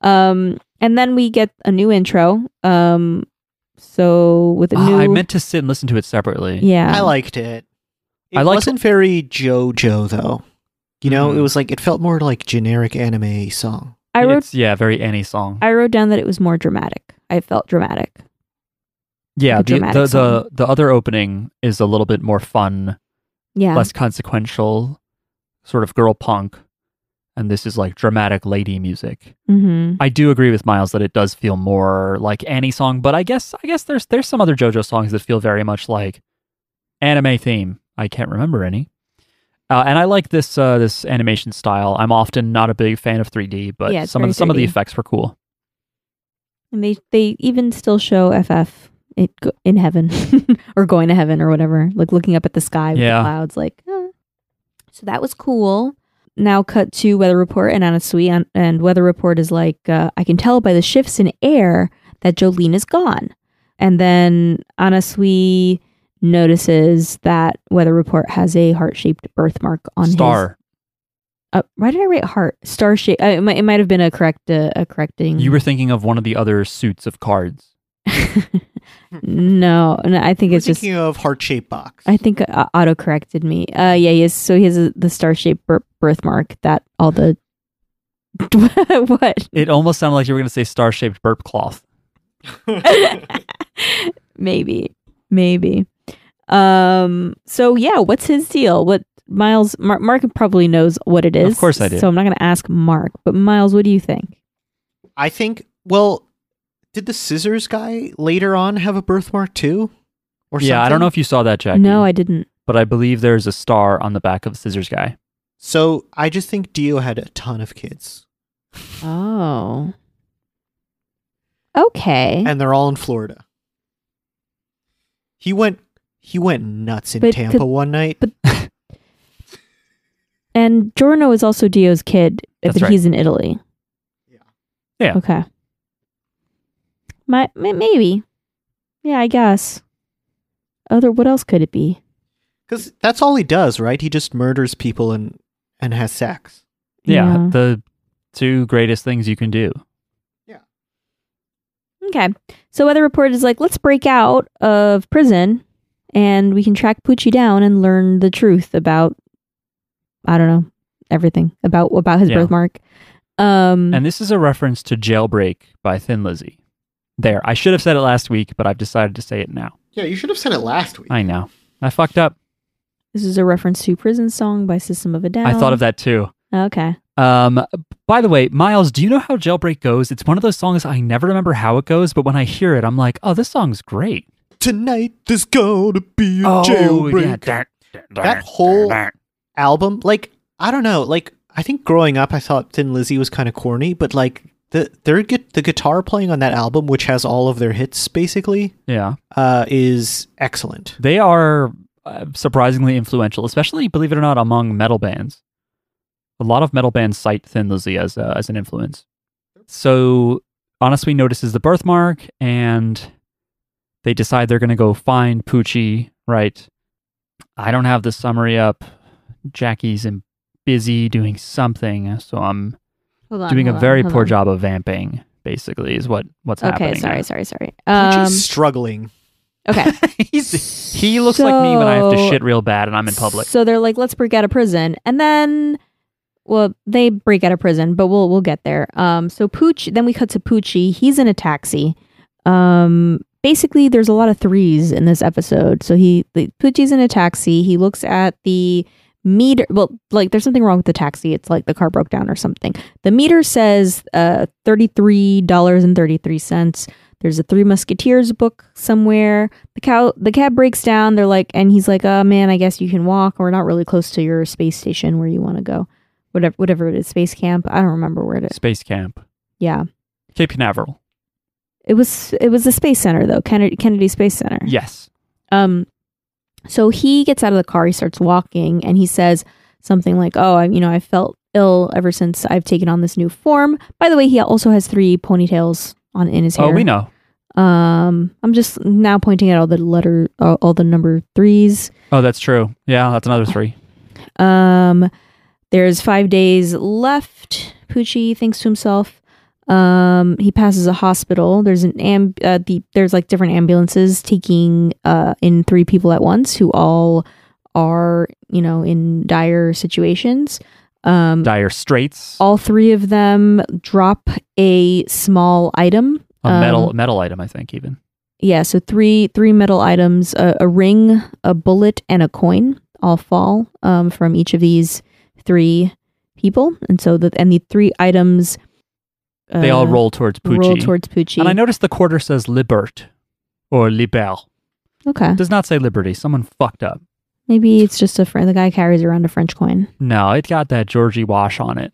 C: Um, and then we get a new intro. Um, so with a
A: Ah,
C: new,
A: I meant to sit and listen to it separately.
C: yeah,
B: I liked it. It
A: I liked-
B: wasn't very JoJo though. You know,
A: Mhm.
B: it was like it felt more like generic anime song.
C: I wrote
A: It's, yeah, very any song.
C: I wrote down that it was more dramatic. I felt dramatic.
A: yeah,
C: a
A: the,
C: dramatic
A: the,
C: song.
A: the the other opening is a little bit more fun,
C: Yeah.
A: less consequential, sort of girl punk, and this is like dramatic lady music.
C: hmm
A: I do agree with Miles that it does feel more like any song, but I guess I guess there's there's some other JoJo songs that feel very much like anime theme. I can't remember any, uh, and I like this uh, this animation style. I'm often not a big fan of 3D, but
C: Yeah, it's
A: some of
C: very
A: the, some of the
C: 3D.
A: effects were cool.
C: And they they even still show FF it go- in heaven or going to heaven or whatever, like looking up at the sky with
A: Yeah.
C: the clouds, like. ah. So that was cool. Now cut to weather report and Anasui, and, and weather report is like, uh, I can tell by the shifts in air that Jolene is gone. And then Anasui notices that weather report has a heart shaped birthmark on his.
A: Star,
C: Uh, why did I write heart? Star shape. Uh, it, might, it might have been a correct uh, a correcting.
A: you were thinking of one of the other suits of cards.
C: no, no, I think
B: We're
C: it's just.
B: thinking of heart shaped box.
C: I think uh, auto corrected me. Uh, yeah, yes. So he has a, the star shaped bir- birthmark that all the what
A: It almost sounded like you were going to say star shaped burp cloth.
C: maybe maybe. Um. So yeah, what's his deal? What Miles? Mark, Mark probably knows what it is.
A: Of course I do.
C: So I'm not going to ask Mark. But Miles, what do you think?
B: I think. Well, did the scissors guy later on have a birthmark too? Or
A: yeah, I don't know if you saw that, Jackie.
C: No, I didn't.
A: but I believe there's a star on the back of Scissors Guy.
B: So I just think Dio had a ton of kids,
C: Oh. Okay.
B: and they're all in Florida. He went. He went nuts in
C: But
B: Tampa
C: could-
B: one night.
C: but- And Giorno is also Dio's kid,
A: That's
C: but
A: right.
C: he's in Italy.
B: Yeah.
A: Yeah.
C: Okay. My may- maybe. Yeah, I guess. Other what else could it be?
B: Because that's all he does, right? He just murders people and and has sex.
A: Yeah, the two greatest things you can do.
C: Okay. So weather report is like, let's break out of prison and we can track Poochie down and learn the truth about I don't know, everything about about his
A: Yeah.
C: birthmark. Um
A: And this is a reference to Jailbreak by Thin Lizzy. There, I should have said it last week, but I've decided to say it now.
B: Yeah, you should have said it last week.
A: I know. I fucked up.
C: this is a reference to Prison Song by System of a Down.
A: I thought of that too.
C: Okay.
A: Um, by the way, Miles, do you know how Jailbreak goes? It's one of those songs I never remember how it goes, but when I hear it, I'm like, oh, this song's great.
B: Tonight there's gonna be a
A: oh, yeah.
B: jailbreak.
A: That,
B: That whole- album, like I don't know, like I think growing up I thought Thin Lizzy was kind of corny, but like the their gu- the guitar playing on that album, which has all of their hits basically,
A: Yeah.
B: uh, is excellent.
A: They are uh, surprisingly influential, especially believe it or not, among metal bands. A lot of metal bands cite Thin Lizzy as uh, as an influence. So honestly, notices the birthmark, and they decide they're going to go find Poochie. Right? I don't have the summary up. Jackie's in, busy doing something, so I'm
C: Hold on,
A: doing a
C: hold on,
A: very
C: hold
A: poor
C: on.
A: job of vamping. Basically, is what what's
C: Okay,
A: happening.
C: sorry, sorry, sorry.
B: Poochie's
C: Um,
B: struggling.
C: okay,
A: He's- he looks like me when I have to
C: So-
A: shit real bad and I'm in public.
C: Um, So they're like, let's break out of prison, and then, well, they break out of prison, but we'll we'll get there. Um, so Pooch, then we cut to Poochie. He's in a taxi. Um, basically, there's a lot of threes in this episode. So he the, Poochie's in a taxi. He looks at the meter. Well, like there's something wrong with the taxi. It's like the car broke down or something. The meter says uh, thirty three dollars and thirty three cents. There's a Three Musketeers book somewhere. The cow, the cab breaks down. They're like, and he's like, "Oh man, I guess you can walk. We're not really close to your space station where you want to go, whatever, whatever it is, space camp. I don't remember where it is.
A: Space camp.
C: Yeah,
A: Cape Canaveral.
C: it was it was the space center though, Kennedy Kennedy Space Center.
A: Yes.
C: Um, so he gets out of the car, he starts walking, and he says something like, "Oh, I, you know, I felt ill ever since I've taken on this new form." By the way, he also has three ponytails on in his hair.
A: Oh, we know.
C: Um, I'm just now pointing at all the letter, all, all the number threes.
A: Oh, that's true. Yeah, that's another three.
C: Um, there's five days left. Poochie thinks to himself. Um, he passes a hospital. There's an am. Uh, the there's like different ambulances taking uh in three people at once who all are you know in dire situations. Um,
A: Dire Straits.
C: all three of them drop a small item.
A: a metal
C: um,
A: metal item, I think. Even
C: Yeah, so three three metal items: a, a ring, a bullet, and a coin. All fall um, from each of these three people, and so the and the three items uh,
A: they all roll towards Poochie.
C: roll towards Poochie.
A: And I noticed the quarter says Libert or Libel.
C: Okay,
A: It does not say Liberty. Someone fucked up.
C: maybe it's just a Fr- the guy carries around a French coin.
A: No, it got that Georgie wash on it.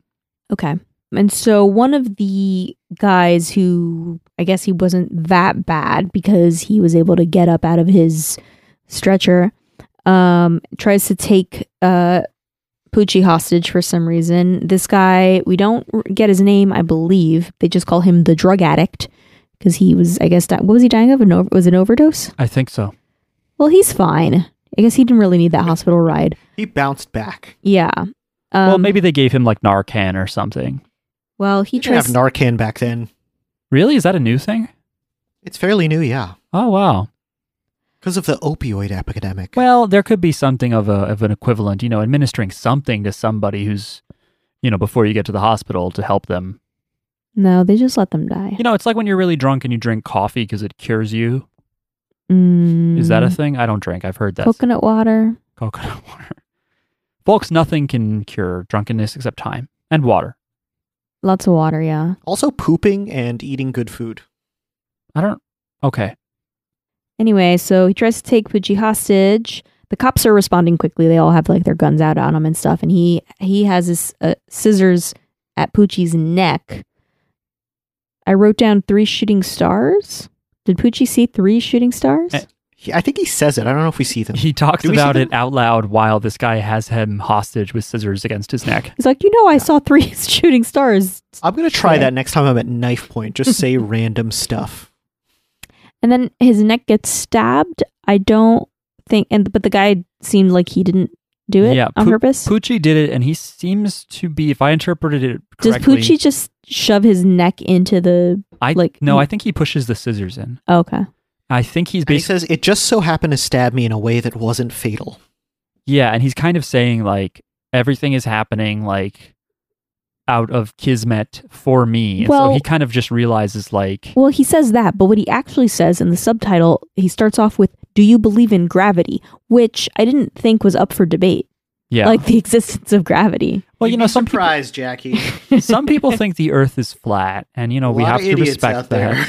C: Okay, and so one of the guys who I guess he wasn't that bad because he was able to get up out of his stretcher um, tries to take uh, Poochie hostage for some reason. This guy, we don't r- get his name, I believe. They just call him the drug addict because he was, I guess, di- what was he dying of? An over- was it an overdose?
A: I think so.
C: Well, he's fine. I guess he didn't really need that hospital ride.
B: He bounced back.
C: Yeah. Um,
A: well, maybe they gave him like Narcan or something.
C: Well, he
B: You didn't have
C: tries.
B: Narcan back then.
A: Really? Is that a new thing?
B: It's fairly new, yeah,
A: Oh wow.
B: because of the opioid epidemic.
A: Well, there could be something of a of an equivalent, you know, administering something to somebody who's, you know, before you get to the hospital to help them.
C: no, they just let them die.
A: You know, it's like when you're really drunk and you drink coffee because it cures you.
C: Mm,
A: Is that a thing? I don't drink. I've heard that.
C: coconut water?
A: Coconut water. Folks, nothing can cure drunkenness except time and water.
C: Lots of water, yeah.
B: also, pooping and eating good food.
A: I don't. Okay.
C: Anyway, so he tries to take Poochie hostage. The cops are responding quickly. They all have like their guns out on him and stuff. And he he has his uh, scissors at Poochie's neck. I wrote down three shooting stars. Did Poochie see three shooting stars?
A: Eh.
B: He, I think he says it. I don't know if we see them.
A: He talks
B: Do we see
A: about
B: them?
A: it out loud while this guy has him hostage with scissors against his neck.
C: He's like, you know, I saw three shooting stars.
B: I'm gonna try
C: Yeah.
B: that next time I'm at knife point. Just say random stuff.
C: And then his neck gets stabbed. I don't think. And but the guy seemed like he didn't do it
A: Yeah,
C: on
A: Poo-
C: purpose.
A: Poochie did it, and he seems to be, if I interpreted it
C: Does
A: correctly,
C: Poochie just shove his neck into the?
A: I
C: like-
A: no, I think he pushes the scissors in.
C: Oh, okay.
A: I think he's
B: And he
A: basically
B: says it just so happened to stab me in a way that wasn't fatal.
A: yeah, and he's kind of saying like everything is happening like out of kismet for me. And so
C: Well-
A: he kind of just realizes like
C: Well, he says that, but what he actually says in the subtitle, he starts off with, Do you believe in gravity? Which I didn't think was up for debate,
A: yeah,
C: like the existence of gravity.
A: well you know some people,
B: surprise, Jackie.
A: some people think the Earth is flat, and you know we have to respect that.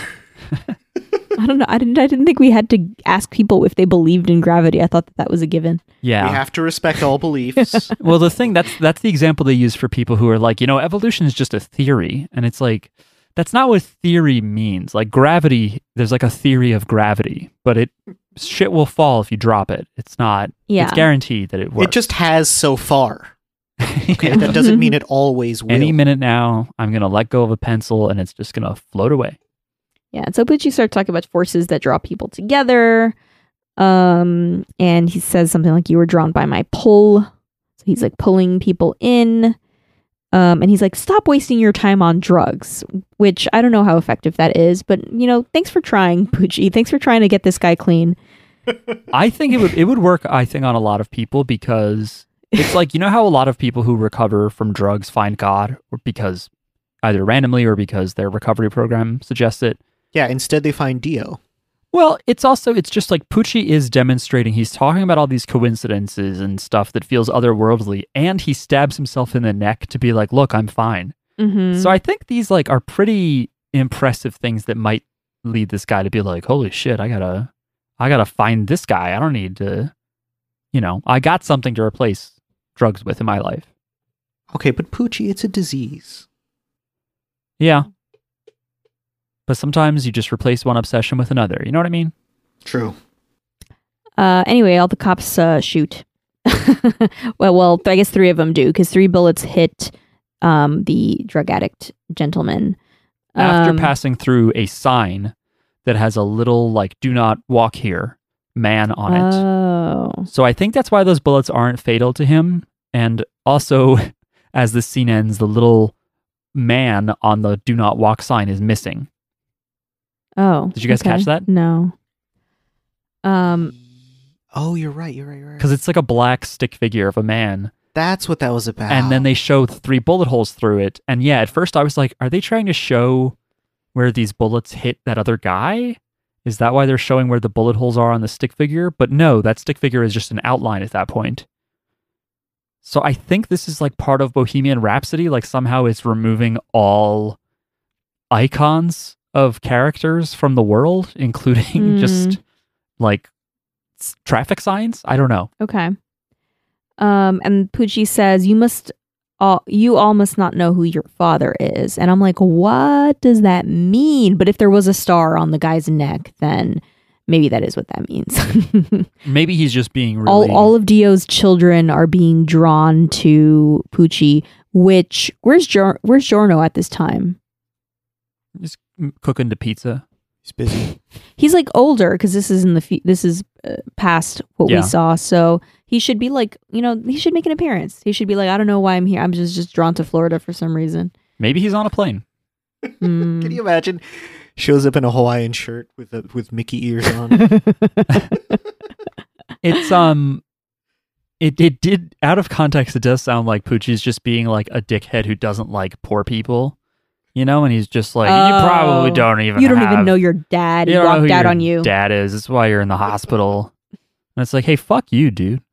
C: I don't know. I didn't, I didn't think we had to ask people if they believed in gravity. I thought that that was a given.
A: Yeah,
B: We have to respect all beliefs.
A: well the thing that's that's the example they use for people who are like you know evolution is just a theory and it's like that's not what theory means like gravity there's like a theory of gravity but it shit will fall if you drop it it's not
C: Yeah.
A: it's guaranteed that it
B: it
A: works
B: just has so far. Okay,
A: Yeah.
B: that doesn't mean it always will.
A: any minute now i'm gonna let go of a pencil and it's just gonna float away
C: Yeah. And so Pucci starts talking about forces that draw people together. Um, and he says something like, You were drawn by my pull. So he's like pulling people in. Um, and he's like, Stop wasting your time on drugs, which I don't know how effective that is, but you know, thanks for trying, Pucci. Thanks for trying to get this guy clean.
A: I think it would it would work. I think on a lot of people because it's like you know how a lot of people who recover from drugs find God or because either randomly or because their recovery program suggests it.
B: Yeah, instead they find Dio.
A: Well, it's also it's just like Pucci is demonstrating. He's talking about all these coincidences and stuff that feels otherworldly, and he stabs himself in the neck to be like, "Look, I'm fine."
C: Mm-hmm.
A: So I think these like are pretty impressive things that might lead this guy to be like, "Holy shit, I gotta, I gotta find this guy. I don't need to, you know, I got something to replace drugs with in my life."
B: Okay, but Poochie, it's a disease.
A: Yeah, but sometimes you just replace one obsession with another. You know what I mean?
B: True.
C: Uh, anyway, all the cops uh, shoot. well, well, I guess three of them do because three bullets hit um, the drug addict gentleman.
A: After
C: Um,
A: passing through a sign that has a little like "Do not walk here" man on it.
C: Oh.
A: So I think that's why those bullets aren't fatal to him. And also, as the scene ends, the little man on the do not walk sign is missing.
C: Oh.
A: Did you guys catch that?
C: No. Um
B: Oh, you're right. You're right. You're right.
A: Because it's like a black stick figure of a man.
B: that's what that was about.
A: And then they show three bullet holes through it. And yeah, at first I was like, are they trying to show where these bullets hit that other guy? Is that why they're showing where the bullet holes are on the stick figure? But no, that stick figure is just an outline at that point. So I think this is like part of Bohemian Rhapsody. Like somehow it's removing all icons of characters from the world, including
C: Mm.
A: just like s- traffic signs. I don't know.
C: okay. Um and Poochie says you must all you all must not know who your father is. And I'm like, what does that mean? But if there was a star on the guy's neck, then maybe that is what that means.
A: Maybe he's just being really.
C: all all of Dio's children are being drawn to Pucci, which where's Jor- where's Giorno at this time?
A: he's cooking the pizza.
B: He's busy.
C: He's like older because this is in the fe- this is uh, past what
A: Yeah.
C: we saw, so he should be like you know he should make an appearance. He should be like I don't know why I'm here. I'm just just drawn to Florida for some reason.
A: Maybe he's on a plane.
B: Can
C: Mm.
B: you imagine? Shows up in a Hawaiian shirt with a, with Mickey ears on.
A: It's um, it it did out of context. It does sound like Poochie's just being like a dickhead who doesn't like poor people, you know. And he's just like, you probably
C: Oh,
A: don't even
C: you don't
A: have-
C: even know your dad.
A: you
C: He
A: don't know
C: walked
A: who
C: out
A: your
C: on you.
A: Dad is. That's why you're in the hospital. And it's like, hey, fuck you, dude.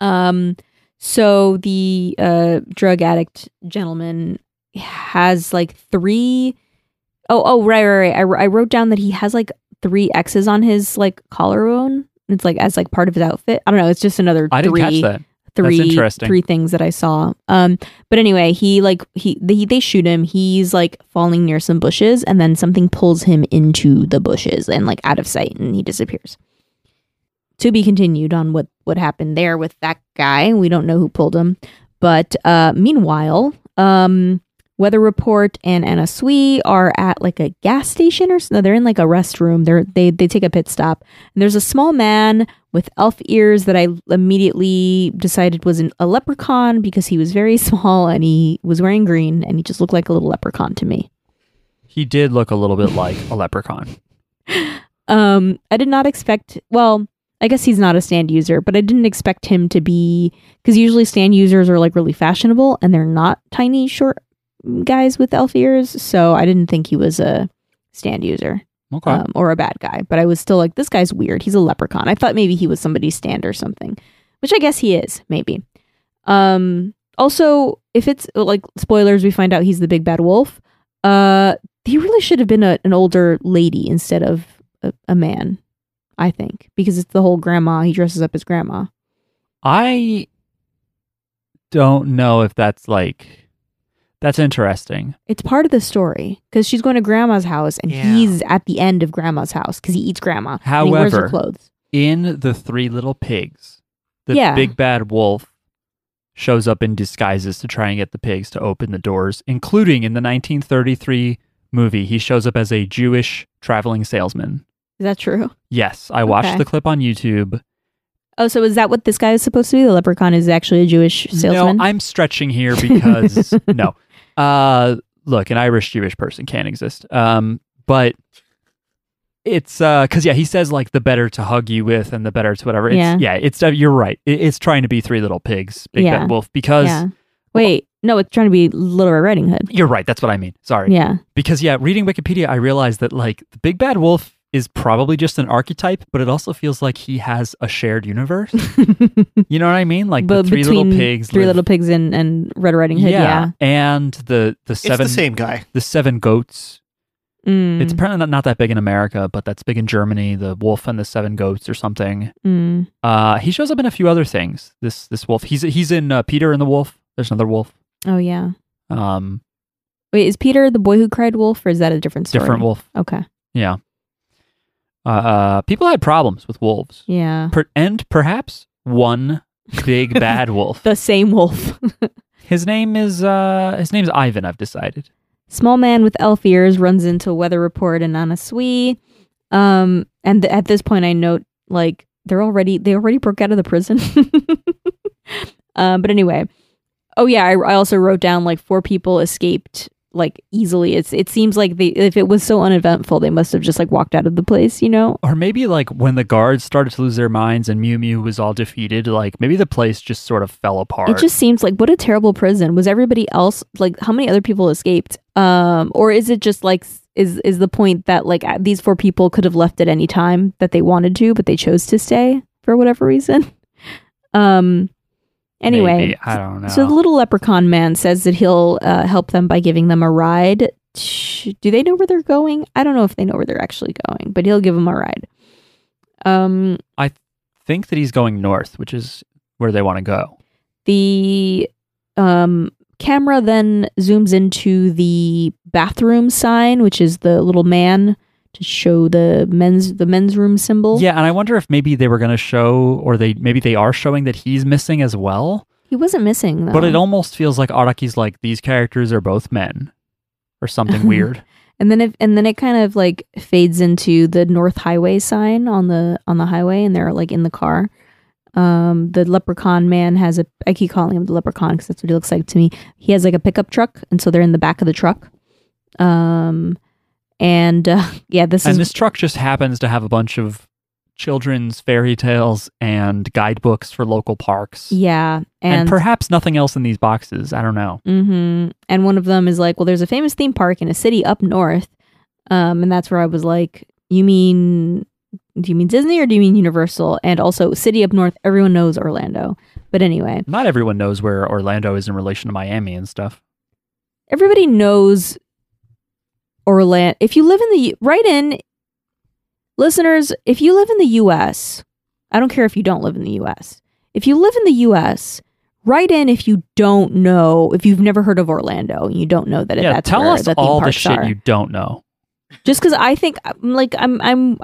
C: Um, so the uh, drug addict gentleman has like three oh oh right, right, right. I, wr- I wrote down that he has like three X's on his like collarbone. It's like as like part of his outfit. I don't know. It's just another
A: I didn't
C: three,
A: catch that.
C: three,
A: interesting.
C: three things that I saw. Um, but anyway, he like he they, they shoot him. He's like falling near some bushes, and then something pulls him into the bushes and like out of sight, and he disappears. To be continued on what what happened there with that guy. We don't know who pulled him, but uh, meanwhile, um, Weather Report and Anna Sui are at like a gas station or s- no, they're in like a restroom. They're they they take a pit stop. And there's a small man with elf ears that I immediately decided was an, a leprechaun because he was very small and he was wearing green and he just looked like a little leprechaun to me.
A: He did look a little bit like a leprechaun.
C: Um, I did not expect. Well, I guess he's not a stand user, but I didn't expect him to be because usually stand users are like really fashionable and they're not tiny short guys with elf ears. So I didn't think he was a stand user
A: Okay.
C: um, or a bad guy. But I was still like, this guy's weird. He's a leprechaun. I thought maybe he was somebody's stand or something, which I guess he is. Maybe. Um. Also, if it's like spoilers, we find out he's the big bad wolf. Uh, he really should have been a, an older lady instead of a, a man. I think because it's the whole grandma. He dresses up as grandma.
A: I don't know if that's like that's interesting.
C: It's part of the story because she's going to grandma's house and
B: Yeah.
C: he's at the end of grandma's house because he eats grandma. and he wears her
A: However,
C: clothes.
A: In the Three Little Pigs, the
C: Yeah.
A: big bad wolf shows up in disguises to try and get the pigs to open the doors, including in the 1933 movie. He shows up as a Jewish traveling salesman.
C: Is that true?
A: Yes, I watched
C: Okay.
A: the clip on YouTube.
C: Oh, so is that what this guy is supposed to be? The leprechaun is actually a Jewish salesman.
A: No, I'm stretching here because no. Uh look, an Irish Jewish person can't exist. Um but it's uh cuz yeah, he says like the better to hug you with and the better to whatever. It's yeah,
C: Yeah.
A: it's uh, you're right. It, it's trying to be three little pigs, Big
C: Yeah.
A: Bad Wolf because
C: yeah. Wait, no, it's trying to be Little Red Riding Hood.
A: you're right, that's what I mean. Sorry.
C: Yeah,
A: Because yeah, reading Wikipedia I realized that like the Big Bad Wolf is probably just an archetype, but it also feels like he has a shared universe. you know what I mean? Like the
C: but
A: three
C: between
A: little pigs
C: Three
A: live-
C: Little Pigs, and, and Red Riding Hood. Yeah,
A: and the the
B: It's
A: seven
B: the same guy.
A: the seven goats.
C: Mm,
A: It's apparently not, not that big in America, but that's big in Germany. The wolf and the seven goats, or something.
C: mm.
A: Uh, he shows up in a few other things. This this wolf. He's he's in uh, Peter and the Wolf. There's another wolf.
C: Oh yeah.
A: Um,
C: Wait, is Peter the boy who cried wolf, or is that a different story?
A: different wolf.
C: Okay.
A: Yeah. Uh, uh, people had problems with wolves,
C: Yeah.
A: per- and perhaps one big bad wolf.
C: The same wolf.
A: His name is uh, his name's Ivan. I've decided.
C: Small man with elf ears runs into Weather Report and Anna Sui. Um, and th- at this point, I note like they're already they already broke out of the prison. um, but anyway, oh yeah, I, I also wrote down like four people escaped like easily. It's it seems like they if it was so uneventful, they must have just like walked out of the place, you know?
A: Or maybe like when the guards started to lose their minds and Mew Mew was all defeated, like maybe the place just sort of fell apart.
C: It just seems like what a terrible prison. Was everybody else like how many other people escaped? Um, or is it just like s- is is the point that like uh, these four people could have left at any time that they wanted to, but they chose to stay for whatever reason? Um, anyway,
A: Maybe. I don't know.
C: so the little leprechaun man says that he'll uh, help them by giving them a ride. Sh- Do they know where they're going? I don't know if they know where they're actually going, but he'll give them a ride. Um,
A: think that he's going north, which is where they want to go.
C: the um, camera then zooms into the bathroom sign, which is the little man to show the men's the men's room symbol.
A: Yeah, and I wonder if maybe they were going to show, or they maybe they are showing that he's missing as well.
C: He wasn't missing though.
A: But it almost feels like Araki's like these characters are both men, or something weird.
C: and then it, and then it kind of like fades into the North Highway sign on the on the highway, and they're like in the car. Um, the leprechaun man has a. I keep calling him the leprechaun because that's what he looks like to me. He has like a pickup truck, and so they're in the back of the truck. Um, and uh, yeah, this
A: and
C: is
A: this truck just happens to have a bunch of children's fairy tales and guidebooks for local parks,
C: yeah,
A: and,
C: and
A: perhaps nothing else in these boxes. I don't know.
C: Mm-hmm. And one of them is like, well, there's a famous theme park in a city up north, um, and that's where I was like, you mean, do you mean Disney or do you mean Universal? And also, city up north, everyone knows Orlando. But anyway,
A: Not everyone knows where Orlando is in relation to Miami and stuff.
C: everybody knows Orlando. If you live in the right in, listeners, if you live in the U.S., I don't care if you don't live in the U.S. If you live in the U.S., write in if you don't know if you've never heard of Orlando and you don't know that
A: yeah,
C: that's
A: tell
C: where
A: us
C: the theme
A: all the
C: parks
A: shit
C: are.
A: you don't know.
C: just because I think I'm, like I'm I'm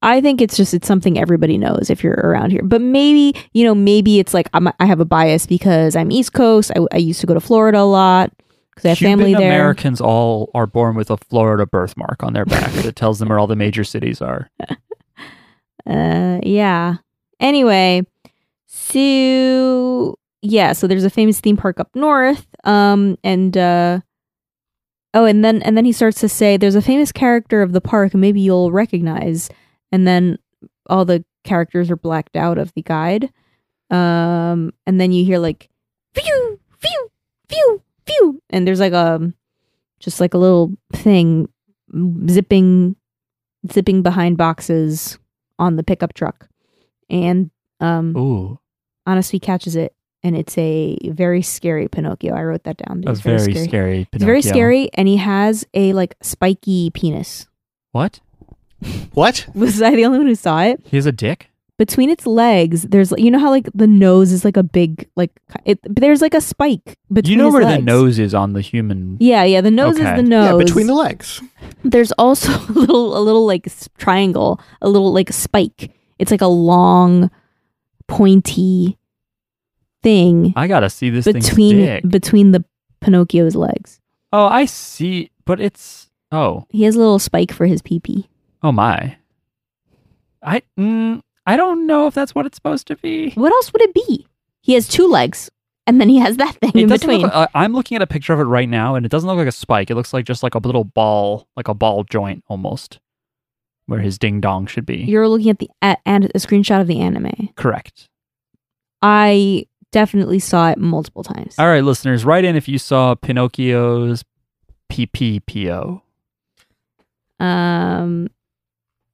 C: I think it's just it's something everybody knows if you're around here. But maybe you know maybe it's like I'm, I have a bias because I'm East Coast. I, I used to go to Florida a lot because I have
A: Cuban
C: family there.
A: Americans all are born with a Florida birthmark on their back that tells them where all the major cities are.
C: Uh, yeah. Anyway, so yeah, so there's a famous theme park up north. Um, and uh, oh, and then and then he starts to say there's a famous character of the park, and maybe you'll recognize. And then all the characters are blacked out of the guide. Um, and then you hear like, phew, phew, phew, phew, and there's like a, just like a little thing, zipping, zipping behind boxes on the pickup truck and um
A: Ooh,
C: honestly catches it and it's a very scary pinocchio i wrote that down
A: a
C: It's
A: very scary. Pinocchio.
C: it's very scary and he has a like spiky penis
A: What?
B: What?
C: was i the only one who saw it
A: He has a dick.
C: between its legs there's you know how like the nose is like a big like it, there's like a spike between
A: you know
C: his
A: where
C: legs.
A: the nose is on the human.
C: yeah yeah the nose
A: Okay.
C: is the nose
B: Yeah, between the legs.
C: there's also a little a little like s- triangle a little like spike it's like a long pointy thing
A: I gotta see this
C: between
A: thing's dick.
C: between the Pinocchio's legs.
A: oh, I see, but it's oh,
C: He has a little spike for his pee pee.
A: oh my. I mm, I don't know if that's what it's supposed to be.
C: What else would it be? He has two legs, and then he has that thing
A: It
C: in
A: doesn't
C: between.
A: Look, uh, I'm looking at a picture of it right now, and it doesn't look like a spike. It looks like just like a little ball, like a ball joint almost, where his ding dong should be.
C: You're looking at the at, and a screenshot of the anime.
A: Correct.
C: I definitely saw it multiple times.
A: All right, listeners, write in if you saw Pinocchio's PPPO.
C: Um,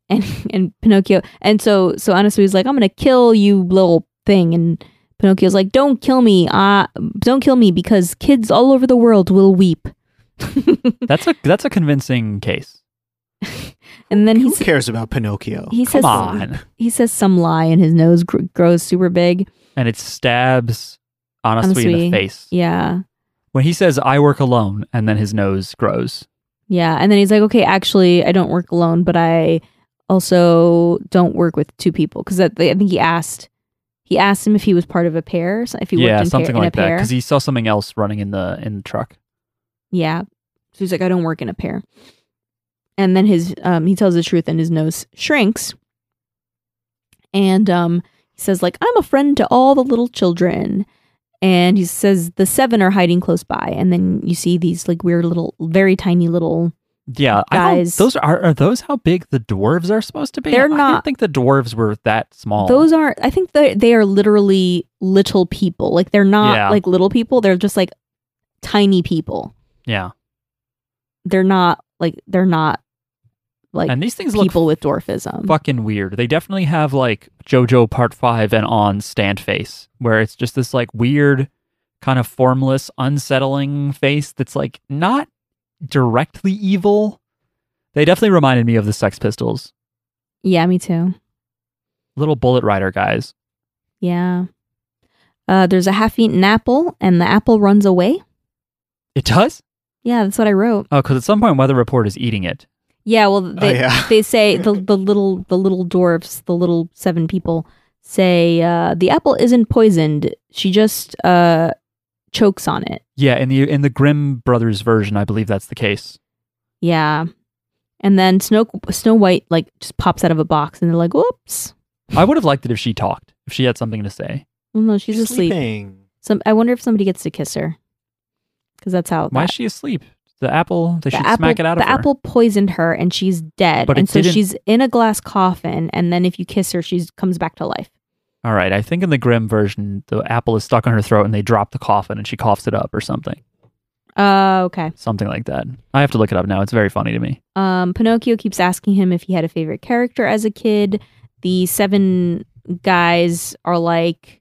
C: and and Pinocchio, and so so honestly, he's like, I'm gonna kill you, little thing, and. Pinocchio's like, don't kill me, uh, don't kill me, because kids all over the world will weep.
A: That's a that's a convincing case.
C: and then
B: Who
C: he's,
B: cares about Pinocchio?
C: he
A: Come
C: says,
A: on,
C: he says some lie and his nose gr- grows super big.
A: and it stabs honestly in the
C: Honestly,
A: face
C: Yeah.
A: when he says "I work alone," and then his nose grows.
C: Yeah. And then he's like, okay, actually, I don't work alone, but I also don't work with two people. Cause that, I think he asked, he asked him if he was part of a pair, so if he
A: yeah,
C: worked in,
A: something
C: pair,
A: like
C: in a
A: that
C: pair.
A: because he saw something else running in the in the truck.
C: yeah. So he's like, I don't work in a pair. And then his, um, he tells the truth and his nose shrinks. And, um, he says like, I'm a friend to all the little children. And he says the seven are hiding close by. And then you see these like weird little, very tiny little
A: Yeah, I don't,
C: Guys.
A: those are are those how big the dwarves are supposed to be?
C: They're
A: I didn't
C: not-
A: think the dwarves were that small.
C: Those aren't. I think they they are literally little people. Like they're not
A: Yeah.
C: like little people. They're just like tiny people.
A: yeah,
C: They're not like they're not like
A: and these things look
C: people with dwarfism.
A: fucking weird. They definitely have like JoJo Part Five and on stand face, where it's just this like weird, kind of formless, unsettling face that's like not directly evil. They definitely reminded me of the Sex Pistols,
C: Yeah, me too.
A: little Bullet Rider guys.
C: Yeah. Uh, there's a half-eaten apple, and the apple runs away.
A: It does.
C: Yeah, that's what I wrote.
A: Oh, because at some point Weather Report is eating it.
C: Yeah, well, they
B: yeah.
C: they say the the little the little dwarfs, the little seven people say uh, the apple isn't poisoned. She just uh, chokes on it.
A: Yeah, in the in the Grimm brothers version, I believe that's the case.
C: Yeah, and then Snow Snow White like just pops out of a box, and they're like, "Whoops!"
A: I would have liked it if she talked, if she had something to say.
C: Well, Oh, no, she's asleep.
B: Sleeping.
C: Some I wonder if somebody gets to kiss her because that's how
A: Why
C: that-
A: is she asleep? The apple, they
C: the
A: should
C: apple,
A: smack it out
C: the
A: of her.
C: apple poisoned her and she's dead
A: But it
C: and so
A: didn't-
C: she's in a glass coffin and then if you kiss her she comes back to life
A: All right, I think in the Grimm version, the apple is stuck on her throat and they drop the coffin and she coughs it up or something.
C: uh, okay
A: Something like that. I have to look it up now. It's very funny to me.
C: um, pinocchio keeps asking him if he had a favorite character as a kid the seven guys are like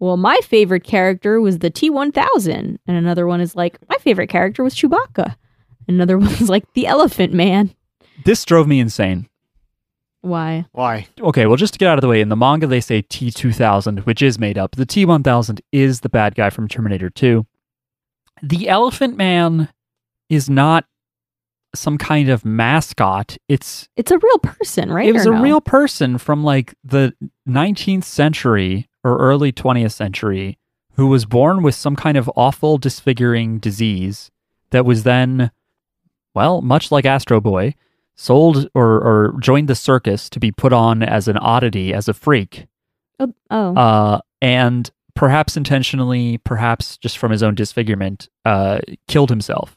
C: well my favorite character was the t1000 and another one is like my favorite character was chewbacca another one's like the elephant man
A: This drove me insane.
C: why
B: Why?
A: okay, well, just to get out of the way, in the manga, they say T2000, which is made up. The T1000 is the bad guy from Terminator 2. The Elephant Man is not some kind of mascot. It's
C: it's a real person right
A: it was
C: or
A: a
C: no?
A: real person from like the 19th century or early 20th century who was born with some kind of awful disfiguring disease that was then well, much like Astro Boy, sold or, or joined the circus to be put on as an oddity, as a freak,
C: oh, oh.
A: uh, and perhaps intentionally, perhaps just from his own disfigurement, uh, killed himself.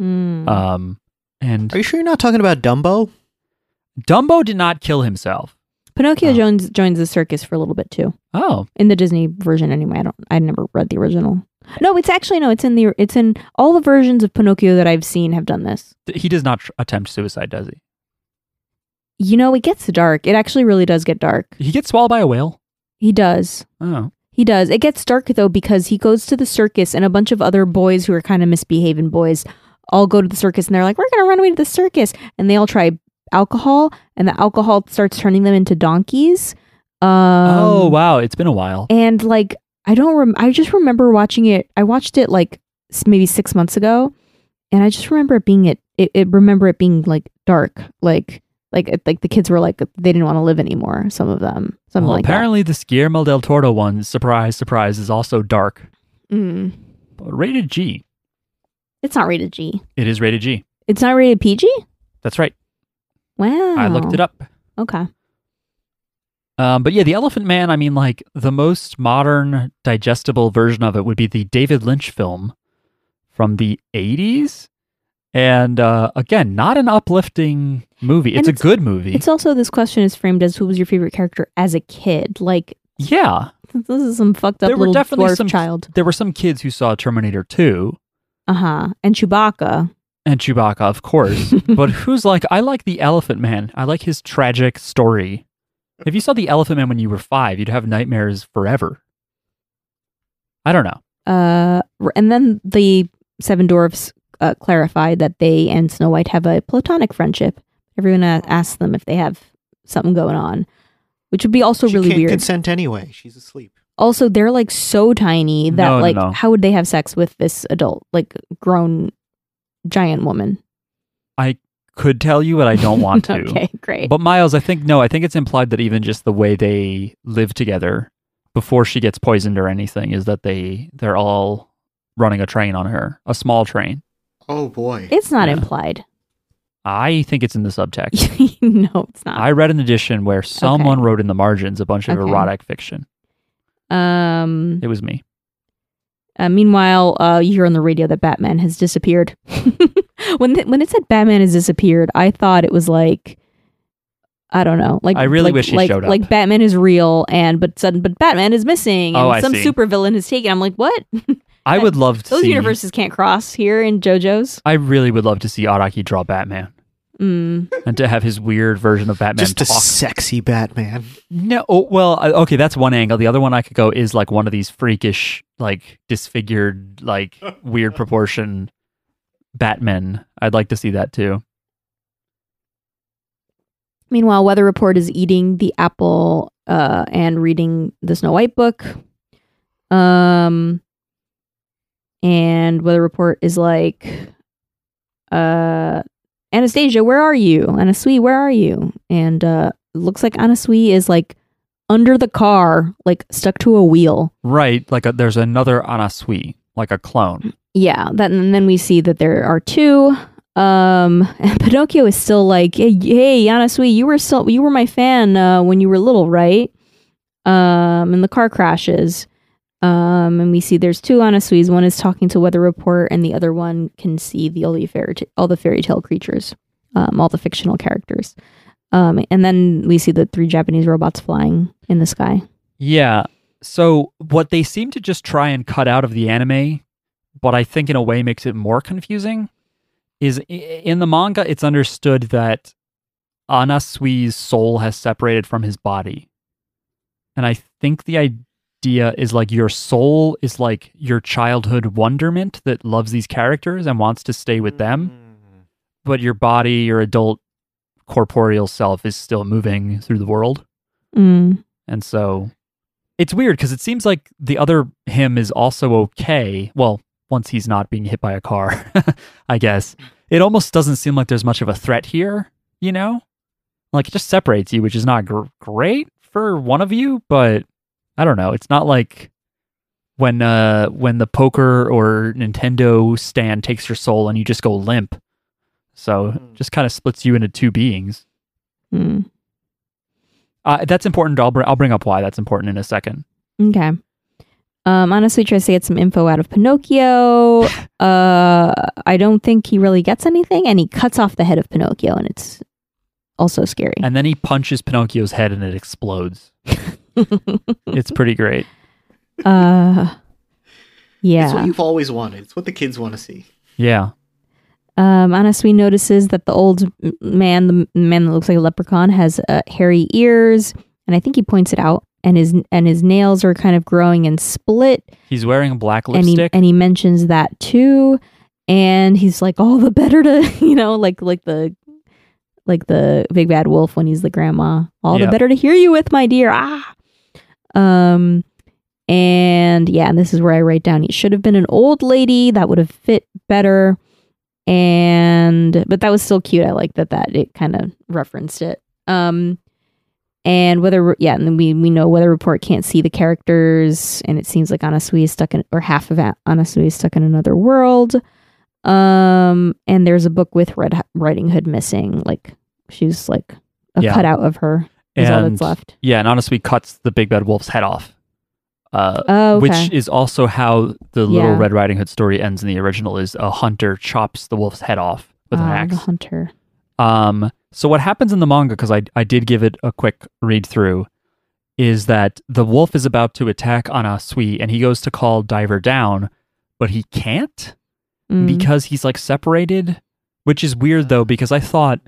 C: Mm.
A: Um, and
B: Are you sure you're not talking about Dumbo?
A: Dumbo did not kill himself.
C: Pinocchio
A: Oh.
C: Jones joins the circus for a little bit too
A: Oh,
C: in the Disney version. Anyway, I don't. I never read the original. No, it's actually no. It's in the. It's in all the versions of Pinocchio that I've seen have done this.
A: th- he does not tr- attempt suicide, does he?
C: You know, it gets dark. It actually really does get dark.
A: He gets swallowed by a whale.
C: He does.
A: Oh,
C: He does. It gets dark though because he goes to the circus and a bunch of other boys who are kind of misbehaving boys all go to the circus and they're like, "We're gonna run away to the circus," and they all try alcohol and the alcohol starts turning them into donkeys. Um,
A: oh, wow! It's been a while.
C: and like i don't rem- i just remember watching it i watched it like s- maybe six months ago and i just remember it being it it, it remember it being like dark like like it- like the kids were like they didn't want to live anymore some of them something
A: Well,
C: like
A: apparently, this Guillermo del Toro one, surprise, surprise, is also dark,
C: that mm.
A: rated G.
C: it's not rated g
A: It is rated G.
C: it's not rated pg
A: That's right.
C: wow
A: I looked it up.
C: okay
A: Um, but yeah, the Elephant Man, I mean, like the most modern digestible version of it would be the David Lynch film from the 80s. And uh, again, not an uplifting movie.
C: And
A: It's,
C: it's-
A: a good movie.
C: it's also this question is framed as who was your favorite character as a kid like
A: yeah.
C: this is some fucked up
A: There were
C: little
A: definitely
C: dwarf
A: some-
C: child
A: There were some kids who saw Terminator 2
C: uh-huh and chewbacca
A: and Chewbacca, of course. but who's like, I like the Elephant Man. I like his tragic story. If you saw the Elephant Man when you were five, you'd have nightmares forever. I don't know.
C: uh, r- and then the seven dwarfs uh, clarified that they and Snow White have a platonic friendship. Everyone a- asks them if they have something going on, which would be also
B: she
C: really
B: can't
C: weird.
B: consent anyway. She's asleep.
C: also, they're like so tiny that
A: No, no,
C: like
A: no.
C: how would they have sex with this adult, like grown giant woman?
A: Could tell you, but I don't want to.
C: okay, great.
A: But Miles, I think no, I think it's implied that even just the way they live together before she gets poisoned or anything is that they they're all running a train on her, a small train.
B: Oh boy.
C: it's not
A: Yeah.
C: implied.
A: I think it's in the subtext.
C: no, it's not.
A: I read an edition where someone wrote in the margins a bunch of
C: Okay.
A: erotic fiction.
C: um.
A: It was me.
C: Uh, meanwhile, uh, you hear on the radio that Batman has disappeared. when th- when it said Batman has disappeared, I thought it was like, I don't know, like
A: I really
C: like-
A: wish he
C: like,
A: showed up.
C: Like Batman is real, and but sudden, but Batman is missing, and
A: Oh, I
C: some
A: see.
C: supervillain has taken. I'm like, what?
A: I
C: That-
A: would love to
C: Those
A: see
C: universes can't cross here in JoJo's.
A: I really would love to see Araki draw Batman
C: Mm.
A: and to have his weird version of Batman
B: Just a
A: talk.
B: sexy Batman.
A: No, oh, well, I- okay, that's one angle. The other one I could go is like one of these freakish, like disfigured, like weird proportion Batmen. I'd like to see that too.
C: Meanwhile, Weather Report is eating the apple uh, and reading the Snow White book. Um, and Weather Report is like, uh, Anastasia, where are you? Anasui, where are you? And uh, it looks like Anasui is like under the car, like stuck to a wheel.
A: Right, like a, there's another Anasui, like a clone.
C: Yeah, that, and then we see that there are two. Um, and Pinocchio is still like, hey, hey Anasui, you were still you were my fan uh, when you were little, right? Um, and the car crashes. Um, and we see there's two Anasuis. One is talking to weather report, and the other one can see the all the fairy t- all the fairy tale creatures, um, all the fictional characters. Um, and then we see the three Japanese robots flying in the sky.
A: Yeah. So what they seem to just try and cut out of the anime, but I think in a way makes it more confusing, is i- in the manga it's understood that Anasui's soul has separated from his body. And I think the idea is like your soul is like your childhood wonderment that loves these characters and wants to stay with them
B: Mm.
A: but your body, your adult corporeal self is still moving through the world.
C: Mm.
A: And so it's weird because it seems like the other him is also okay. Well, once he's not being hit by a car, I guess. It almost doesn't seem like there's much of a threat here, you know? Like it just separates you, which is not gr- great for one of you, but I don't know. It's not like when uh when the poker or Nintendo stand takes your soul and you just go limp. So it just kind of splits you into two beings.
C: Mm.
A: Uh, that's important. I'll, br- I'll bring up why that's important in a second.
C: Okay. Um, honestly, tries to get some info out of Pinocchio. Uh, I don't think he really gets anything, and he cuts off the head of Pinocchio, and it's also scary.
A: And then he punches Pinocchio's head and it explodes. It's pretty great.
C: uh,
B: It's what
C: yeah.
B: you've always wanted. It's what the kids want to see.
A: Yeah.
C: Um, Anasui notices that the old m- man, the m- man that looks like a leprechaun, has uh, hairy ears, and I think he points it out. And his and his nails are kind of growing and split.
A: He's wearing black
C: and he
A: lipstick.
C: and he mentions that too. And he's like, "All the better to you know, like like the like the big bad wolf when he's the grandma. All
A: Yeah.
C: the better to hear you with, my dear. Ah, um, and yeah, and this is where I write down. He should have been an old lady. That would have fit better. And but that was still cute. I like that that it kind of referenced it. Um, and whether yeah, and then we we know weather report can't see the characters, and it seems like Anasui is stuck in or half of A- Anasui is stuck in another world. Um, and there's a book with Red H- Riding Hood missing. Like she's like a
A: Yeah.
C: cutout of her is all that's left.
A: Yeah, and honestly cuts the big bad wolf's head off. Uh,
C: Oh, okay.
A: Which is also how the little
C: Yeah.
A: Red Riding Hood story ends in the original is a hunter chops the wolf's head off with an
C: Ah,
A: axe.
C: The hunter.
A: Um, so what happens in the manga, because I I did give it a quick read through, is that the wolf is about to attack Anasui and he goes to call Diver down, but he can't
C: Mm.
A: because he's like separated, which is weird though, because I thought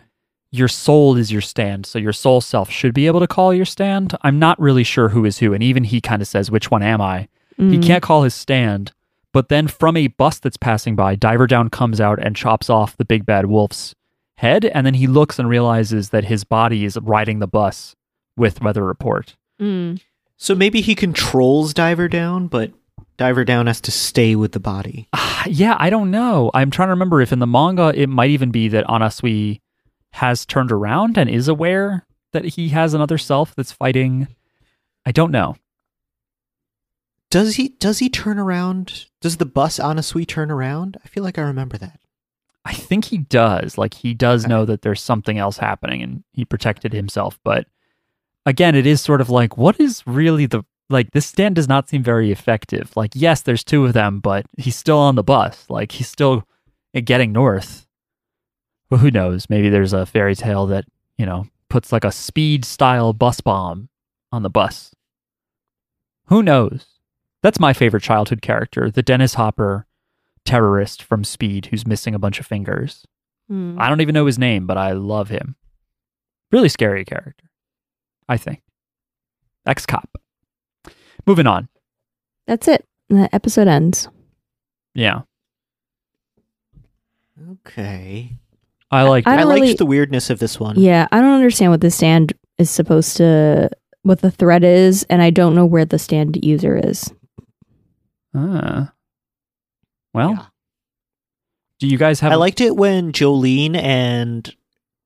A: your soul is your stand, so your soul self should be able to call your stand. I'm not really sure who is who, and even he kind of says, Which one am I? He
C: Mm.
A: can't call his stand, but then from a bus that's passing by, Diver Down comes out and chops off the big bad wolf's head, and then he looks and realizes that his body is riding the bus with Weather Report.
C: Mm.
B: So maybe he controls Diver Down, but Diver Down has to stay with the body.
A: Ah, yeah, I don't know. I'm trying to remember if in the manga it might even be that Anasui has turned around and is aware that he has another self that's fighting. I don't know.
B: Does he? Does he turn around? Does the bus Anasui turn around? I feel like I remember that.
A: I think he does. Like he does
B: Okay.
A: know that there's something else happening and he protected himself. But again, it is sort of like, what is really the like this stand does not seem very effective. Like, yes, there's two of them, but he's still on the bus. Like he's still getting north. Well, who knows? Maybe there's a fairy tale that, you know, puts like a speed style bus bomb on the bus. Who knows? That's my favorite childhood character, the Dennis Hopper terrorist from Speed who's missing a bunch of fingers.
C: Mm.
A: I don't even know his name, but I love him. Really scary character, I think. Ex cop. Moving on.
C: That's it. The episode ends.
A: Yeah.
B: Okay.
A: I like
C: I
B: I,
C: don't
B: liked
C: really-
B: the weirdness of this one.
C: Yeah, I don't understand what the stand is supposed to, what the threat is, and I don't know where the stand user is.
A: Ah. Well,
B: Yeah.
A: Do you guys have?
B: I liked it when Jolene and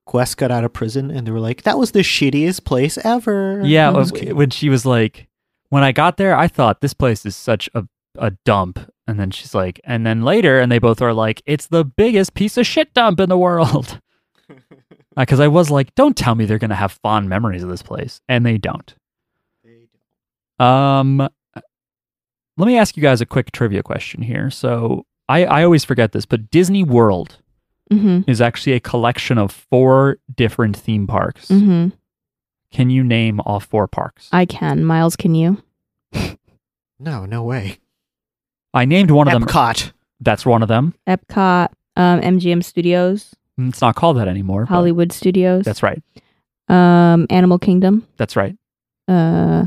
B: Quest got out of prison and they were like, that was the shittiest place ever.
A: yeah,
B: That was
A: w-
B: cute.
A: when she was like, when I got there, I thought this place is such a a dump, and then she's like, and then later, and they both are like, it's the biggest piece of shit dump in the world. Because I was like, don't tell me they're gonna have fond memories of this place, and they don't. Um, let me ask you guys a quick trivia question here. So I I always forget this, but Disney World
C: Mm-hmm.
A: is actually a collection of four different theme parks.
C: Mm-hmm.
A: Can you name all four parks? I,
C: I can. Miles, can you?
B: No, no way.
A: named one of them.
B: Epcot.
A: That's one of them.
C: Epcot, um, MGM Studios,
A: Mm, It's not called that anymore. but
C: Hollywood Studios.
A: That's right.
C: um, Animal Kingdom.
A: That's right.
C: Mm-hmm. Uh,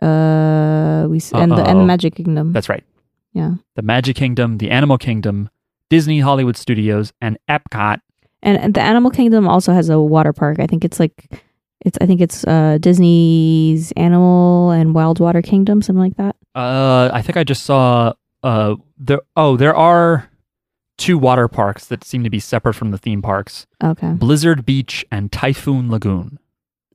C: uh, we s and the and
A: Uh-oh.
C: the Magic Kingdom.
A: That's right.
C: Yeah.
A: The Magic Kingdom, the Animal Kingdom, Disney Hollywood Studios, and Epcot.
C: and, and the Animal Kingdom also has a water park. I think it's like it's I think it's uh Disney's Animal and Wild Water Kingdom, something like that.
A: Uh, I think I just saw. Uh, there. Oh, there are two water parks that seem to be separate from the theme parks:
C: Okay,
A: Blizzard Beach and Typhoon Lagoon.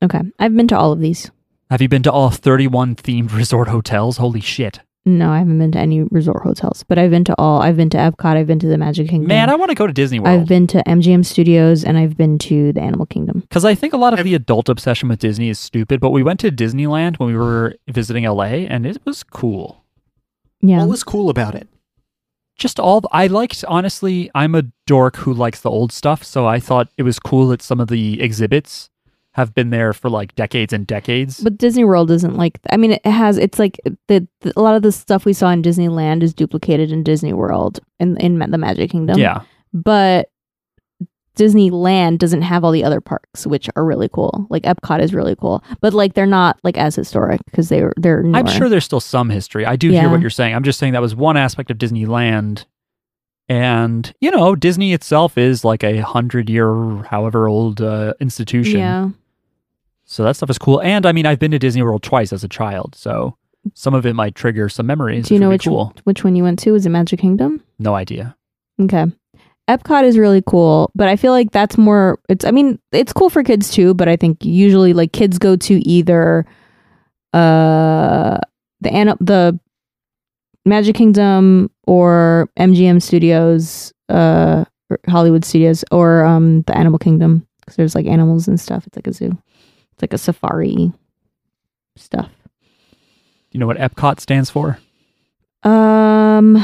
C: okay. I've been to all of these.
A: Have you been to all 31 themed resort hotels? Holy shit.
C: No, I haven't been to any resort hotels, but I've been to all. I've been to Epcot. I've been to the Magic Kingdom.
A: Man, I want to go to Disney World.
C: Mm-hmm. I've been to MGM Studios and I've been to the Animal Kingdom.
A: Because I think a lot of
B: I've-
A: the adult obsession with Disney is stupid, but we went to Disneyland when we were visiting LA, and it was cool.
C: Yeah.
B: What was cool about it?
A: Just all the, I liked, honestly, I'm a dork who likes the old stuff, so I thought it was cool that some of the exhibits have been there for like decades and decades.
C: but Disney World isn't like. I mean, it has. It's like the, the a lot of the stuff we saw in Disneyland is duplicated in Disney World and in, Ma- the Magic Kingdom.
A: yeah,
C: But Disneyland doesn't have all the other parks, which are really cool. Like Epcot is really cool, but like they're not like as historic because they're they're. Newer.
A: I'm sure there's still some history. I do hear
C: Yeah.
A: what you're saying. I'm just saying that was one aspect of Disneyland. And, you know, Disney itself is like a hundred year, however old uh, institution.
C: Yeah.
A: So that stuff is cool. And I mean, I've been to Disney World twice as a child, so some of it might trigger some memories.
C: Do you
A: which
C: know
A: would be cool?
C: which which one you went to? Was it Magic Kingdom?
A: No idea.
C: Okay. Epcot is really cool, but I feel like that's more it's I mean, it's cool for kids too, but I think usually like kids go to either uh the An- the Magic Kingdom or MGM Studios, uh or Hollywood Studios or um the Animal Kingdom cuz there's like animals and stuff. It's like a zoo. It's like a safari stuff.
A: You know what Epcot stands for?
C: Um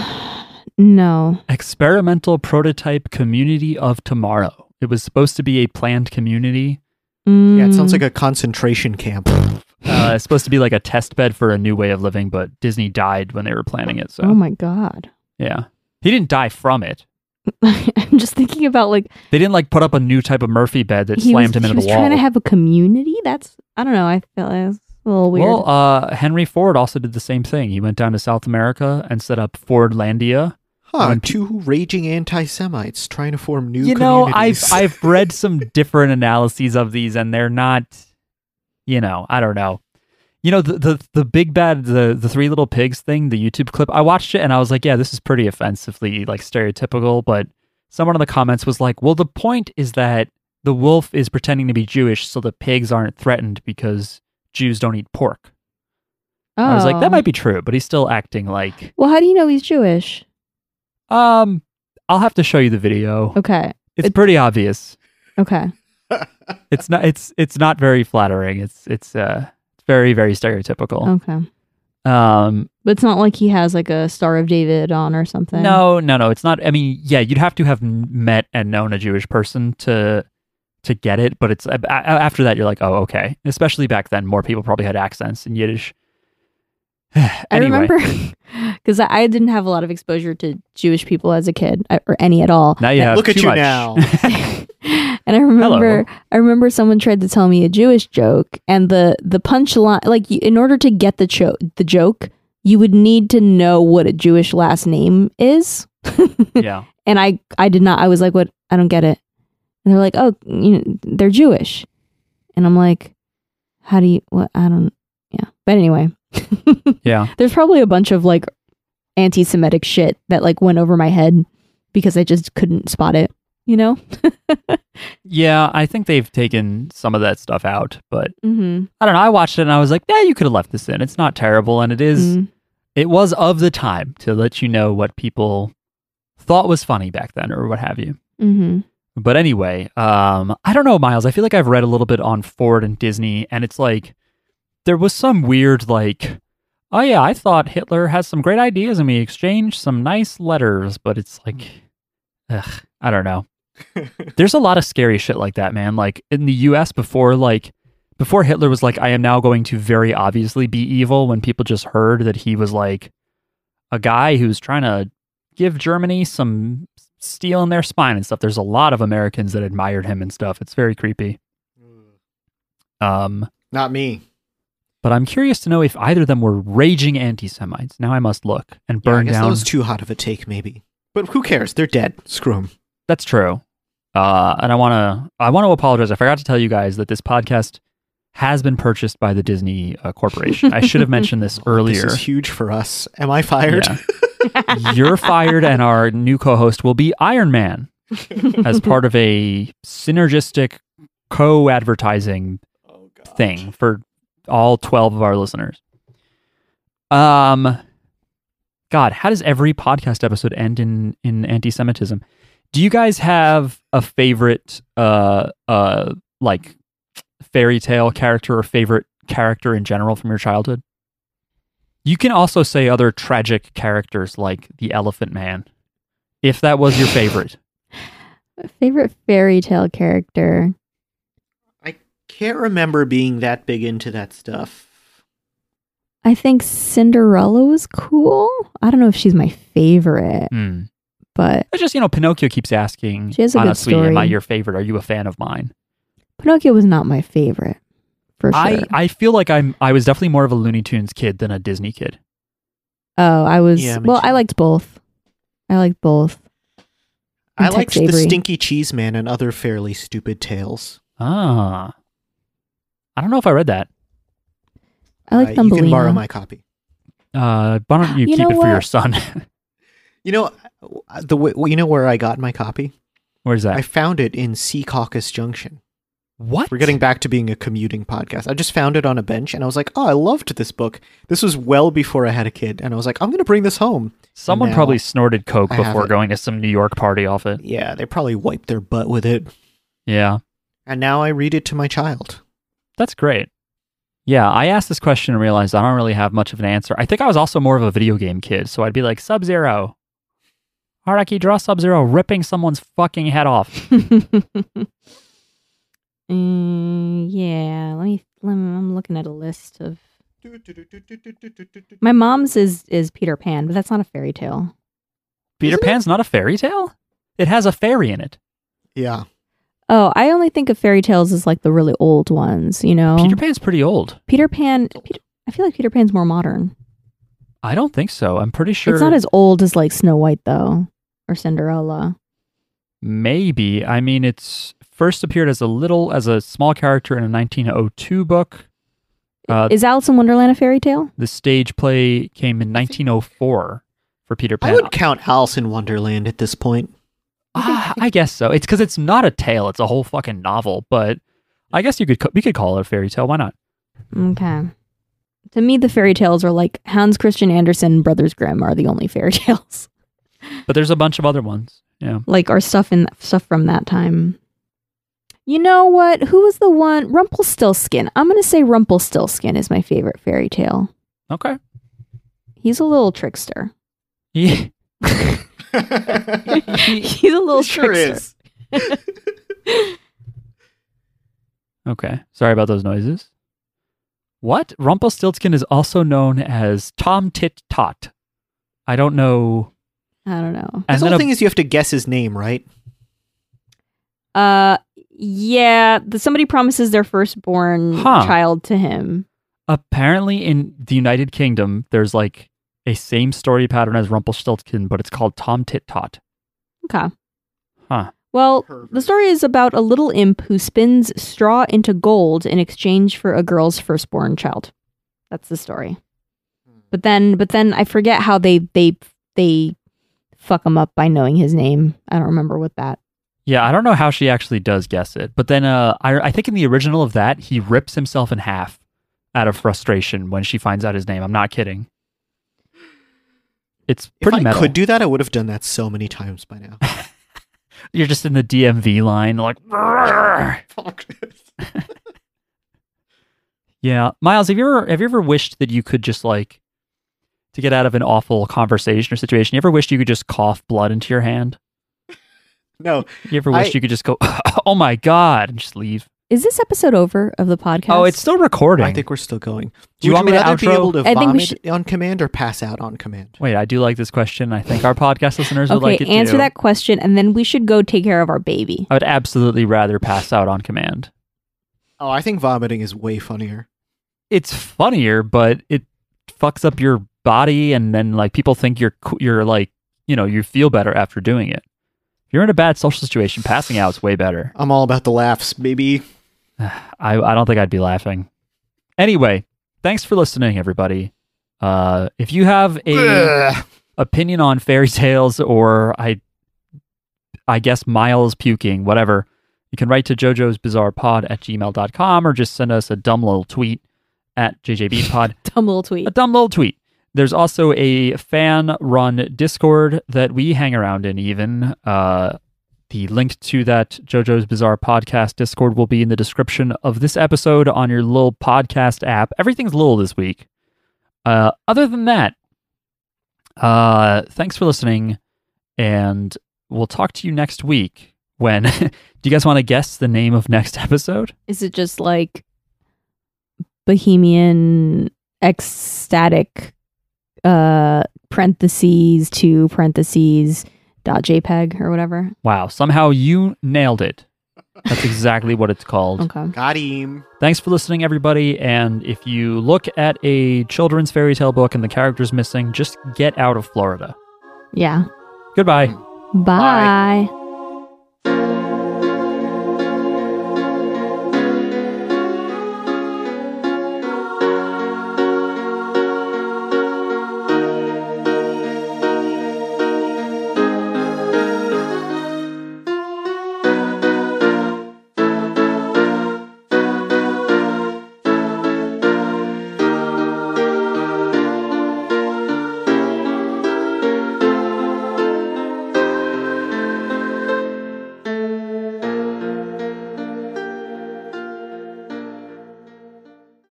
C: no.
A: Experimental Prototype Community of Tomorrow. It was supposed to be a planned community.
B: Yeah, it sounds
C: Mm.
B: like a concentration camp.
A: Uh, it's supposed to be like a test bed for a new way of living, but Disney died when they were planning it. So
C: Oh my god.
A: yeah, he didn't die from it.
C: I'm just thinking about like
A: They didn't like put up a new type of Murphy bed that slammed him
C: was, he
A: into
C: was
A: the wall.
C: trying to have a community. That's I don't know. I feel that's a little weird.
A: Well, uh, Henry Ford also did the same thing. He went down to South America and set up Fordlandia.
B: Huh,
A: When pe-
B: two raging anti-Semites trying to form new
A: you know i've
B: communities.
A: i've read some different analyses of these and they're not you know i don't know you know the the, the big bad the the three little pigs thing the youtube clip i watched it and i was like yeah this is pretty offensively like stereotypical but someone in the comments was like well the point is that the wolf is pretending to be jewish so the pigs aren't threatened because jews don't eat pork i was
C: Oh.
A: like that might be true but he's still acting like
C: Well, how do you know he's Jewish?
A: um i'll have to show you the video
C: Okay,
A: it's
C: it-
A: pretty obvious
C: okay.
A: it's not it's it's not very flattering. It's it's uh it's very very stereotypical.
C: Okay. Oh.
A: Um
C: But it's not like he has like a Star of David on or something.
A: no no no it's not I mean yeah you'd have to have n- met and known a Jewish person to to get it but it's a- a- after that you're like oh okay especially back then more people probably had accents in Yiddish.
C: I
A: anyway,
C: remember because I, I didn't have a lot of exposure to Jewish people as a kid I- or any at all.
A: now you have
B: Look at
A: too
B: you
A: much.
B: now.
C: and I remember I remember someone tried to tell me a Jewish joke and the the punchline like you- in order to get the cho- the joke you would need to know what a Jewish last name is
A: yeah.
C: and I I did not I was like what I don't get it and they're like oh you know, they're Jewish and I'm like how do you what I don't yeah but anyway
A: Yeah.
C: there's probably a bunch of like anti-Semitic shit that like went over my head because I just couldn't spot it, you know?
A: Yeah, I think they've taken some of that stuff out, but
C: Mm-hmm.
A: I don't know. I watched it and I was like, yeah, you could have left this in. It's not terrible, and it
C: Mm.
A: is-
C: Mm-hmm.
A: It was of the time to let you know what people thought was funny back then, or what have you.
C: Mm-hmm.
A: But anyway, um, I don't know, Miles. I feel like I've read a little bit on Ford and Disney, and it's like there was some weird, like, oh yeah, I thought Hitler has some great ideas, and we exchanged some nice letters, but it's like, ugh, I don't know. There's a lot of scary shit like that, man. Like in the U.S. before, like before Hitler was like, I am now going to very obviously be evil. When people just heard that he was like a guy who's trying to give Germany some steel in their spine and stuff. There's a lot of Americans that admired him and stuff. It's very creepy.
B: Mm.
A: Um,
B: Not me.
A: but I'm curious to know if either of them were raging anti-Semites. Now I must look and
B: Yeah, I
A: burn
B: guess that
A: down.
B: was too hot of a take, maybe. But who cares? They're dead. Screw them.
A: That's true. Uh, and I want to I want to apologize. I forgot to tell you guys that this podcast has been purchased by the Disney uh, Corporation. I should have mentioned this earlier.
B: This is huge for us. Am I fired?
A: Yeah. You're fired, and our new co-host will be Iron Man as part of a synergistic co-advertising
B: Oh, God.
A: thing for all 12 of our listeners. Um God, how does every podcast episode end in in anti-Semitism? Do you guys have a favorite uh uh like fairy tale character or favorite character in general from your childhood? You can also say other tragic characters like the Elephant Man, if that was your favorite.
C: Favorite fairy tale character.
B: Can't remember being that big into that stuff.
C: I think Cinderella was cool. I don't know if she's my favorite,
A: Hmm.
C: but
A: It's just you know Pinocchio keeps asking.
C: She has a good
A: honestly, am I
C: story.
A: your favorite? Are you a fan of mine?
C: Pinocchio was not my favorite for sure.
A: I, I feel like I'm I was definitely more of a Looney Tunes kid than a Disney kid.
C: oh, I was
B: Yeah, me
C: well, I
B: too.
C: liked both. I liked both.
B: I
C: And
B: liked
C: Tex
B: the
C: Avery.
B: Stinky Cheese Man and other fairly stupid tales.
A: Ah. I don't know if I read that.
C: I liked
B: Uh, you can borrow
C: Thumbelina.
B: my copy.
A: Uh why don't you,
C: You
A: keep
C: know
A: it for your
C: what?
A: son?
B: You know uh, the way, you know where I got my copy.
A: Where's that?
B: I found it in Sea Caucus Junction.
A: what?
B: We're getting back to being a commuting podcast. I just found it on a bench, and I was like, "Oh, I loved this book." This was well before I had a kid, and I was like, "I'm going to bring this home."
A: Someone
B: now.
A: probably snorted coke
B: I have
A: before
B: it.
A: going to some New York party off it.
B: Yeah, they probably wiped their butt with it,
A: Yeah.
B: and now I read it to my child.
A: That's great. Yeah, I asked this question and realized I don't really have much of an answer. I think I was also more of a video game kid, so I'd be like Sub Zero. Araki, draw Sub Zero ripping someone's fucking head off.
C: Mm, yeah, let me, let me. I'm looking at a list of my mom's is is Peter Pan, but that's not a fairy tale.
A: Peter
B: Isn't it-
A: Pan's not a fairy tale. It has a fairy in it.
B: Yeah,
C: Oh, I only think of fairy tales as like the really old ones, you know.
A: Peter Pan's pretty old.
C: Peter Pan. Peter, I feel like Peter Pan's more modern.
A: I don't think so. I'm pretty sure.
C: It's not as old as like Snow White though, or Cinderella.
A: maybe. I mean, it's first appeared as a little as a small character in a 1902 book. Uh,
C: is Alice in Wonderland a fairy tale?
A: the stage play came in 1904 for Peter Pan.
B: I would count Alice in Wonderland at this point.
A: Ah, I guess so. It's because it's not a tale; it's a whole fucking novel. But I guess you could ca- we could call it a fairy tale. Why not?
C: Okay. To me, the fairy tales are like Hans Christian Andersen, and Brothers Grimm are the only fairy tales.
A: But there's a bunch of other ones. Yeah.
C: Like our stuff in stuff from that time. You know what? Who was the one? Rumpelstiltskin. I'm gonna say Rumpelstiltskin is my favorite fairy tale.
A: Okay.
C: He's a little trickster.
A: Yeah.
C: He's a little trickster.
A: Okay. Sorry about those noises. What? Rumpelstiltskin is also known as Tom Tit Tot. I don't know.
C: I don't know.
B: This
A: And then
B: whole
A: a-
B: thing is you have to guess his name, right?
C: Uh, yeah. The, somebody promises their firstborn
A: Huh.
C: child to him.
A: apparently in the United Kingdom, there's like a same story pattern as Rumpelstiltskin, but it's called Tom Tit Tot.
C: Okay.
A: Huh.
C: Well,
B: Pervert.
C: the story is about a little imp who spins straw into gold in exchange for a girl's firstborn child. That's the story. But then, but then I forget how they they they fuck him up by knowing his name. I don't remember what that.
A: Yeah, I don't know how she actually does guess it, but then uh, I, I think in the original of that, he rips himself in half out of frustration when she finds out his name. I'm not kidding. It's pretty
B: if I
A: metal.
B: could do that, I would have done that so many times by now.
A: You're just in the DMV line, like. "Rrrr."
B: Fuck.
A: Yeah, Miles, have you ever have you ever wished that you could just like to get out of an awful conversation or situation? You ever wished you could just cough blood into your hand?
B: no,
A: You ever wished
B: I-
A: you could just go, "Oh my god," and just leave?
C: Is this episode over of the podcast?
A: Oh, it's still recording.
B: I think we're still going.
A: Do you
B: Would
A: want me to
B: rather be
A: outro?
B: able to
C: I think we
B: vomit
C: should-
B: on command or pass out on command?
A: Wait, I do like this question. I think our podcast listeners would
C: okay.
A: like it
C: answer
A: too.
C: that question, and then we should go take care of our baby.
A: I would absolutely rather pass out on command.
B: Oh, I think vomiting is way funnier.
A: It's funnier, but it fucks up your body, and then like people think you're co- you're like you know you feel better after doing it. If you're in a bad social situation, passing out is way better.
B: I'm all about the laughs, baby.
A: I, I don't think I'd be laughing. Anyway, thanks for listening, everybody. Uh, if you have a
B: Ugh.
A: opinion on fairy tales or I, I guess Miles puking, whatever, you can write to Jojo's Bizarre Pod at gmail.com or just send us a dumb little tweet at jjbpod
C: Dumb little tweet.
A: a dumb little tweet. There's also a fan run Discord that we hang around in, even. Uh, the link to that JoJo's Bizarre Podcast Discord will be in the description of this episode on your little podcast app. Everything's little this week. Uh, other than that, uh, thanks for listening, and we'll talk to you next week. When do you guys want to guess the name of next episode?
C: Is it just like bohemian ecstatic uh parentheses to parentheses dot jpeg or whatever?
A: Wow, somehow you nailed it. That's exactly what it's called.
C: Okay.
B: Got him.
A: Thanks for listening, everybody. And if you look at a children's fairy tale book and the character's missing, just get out of Florida.
C: Yeah.
A: Goodbye.
C: Bye.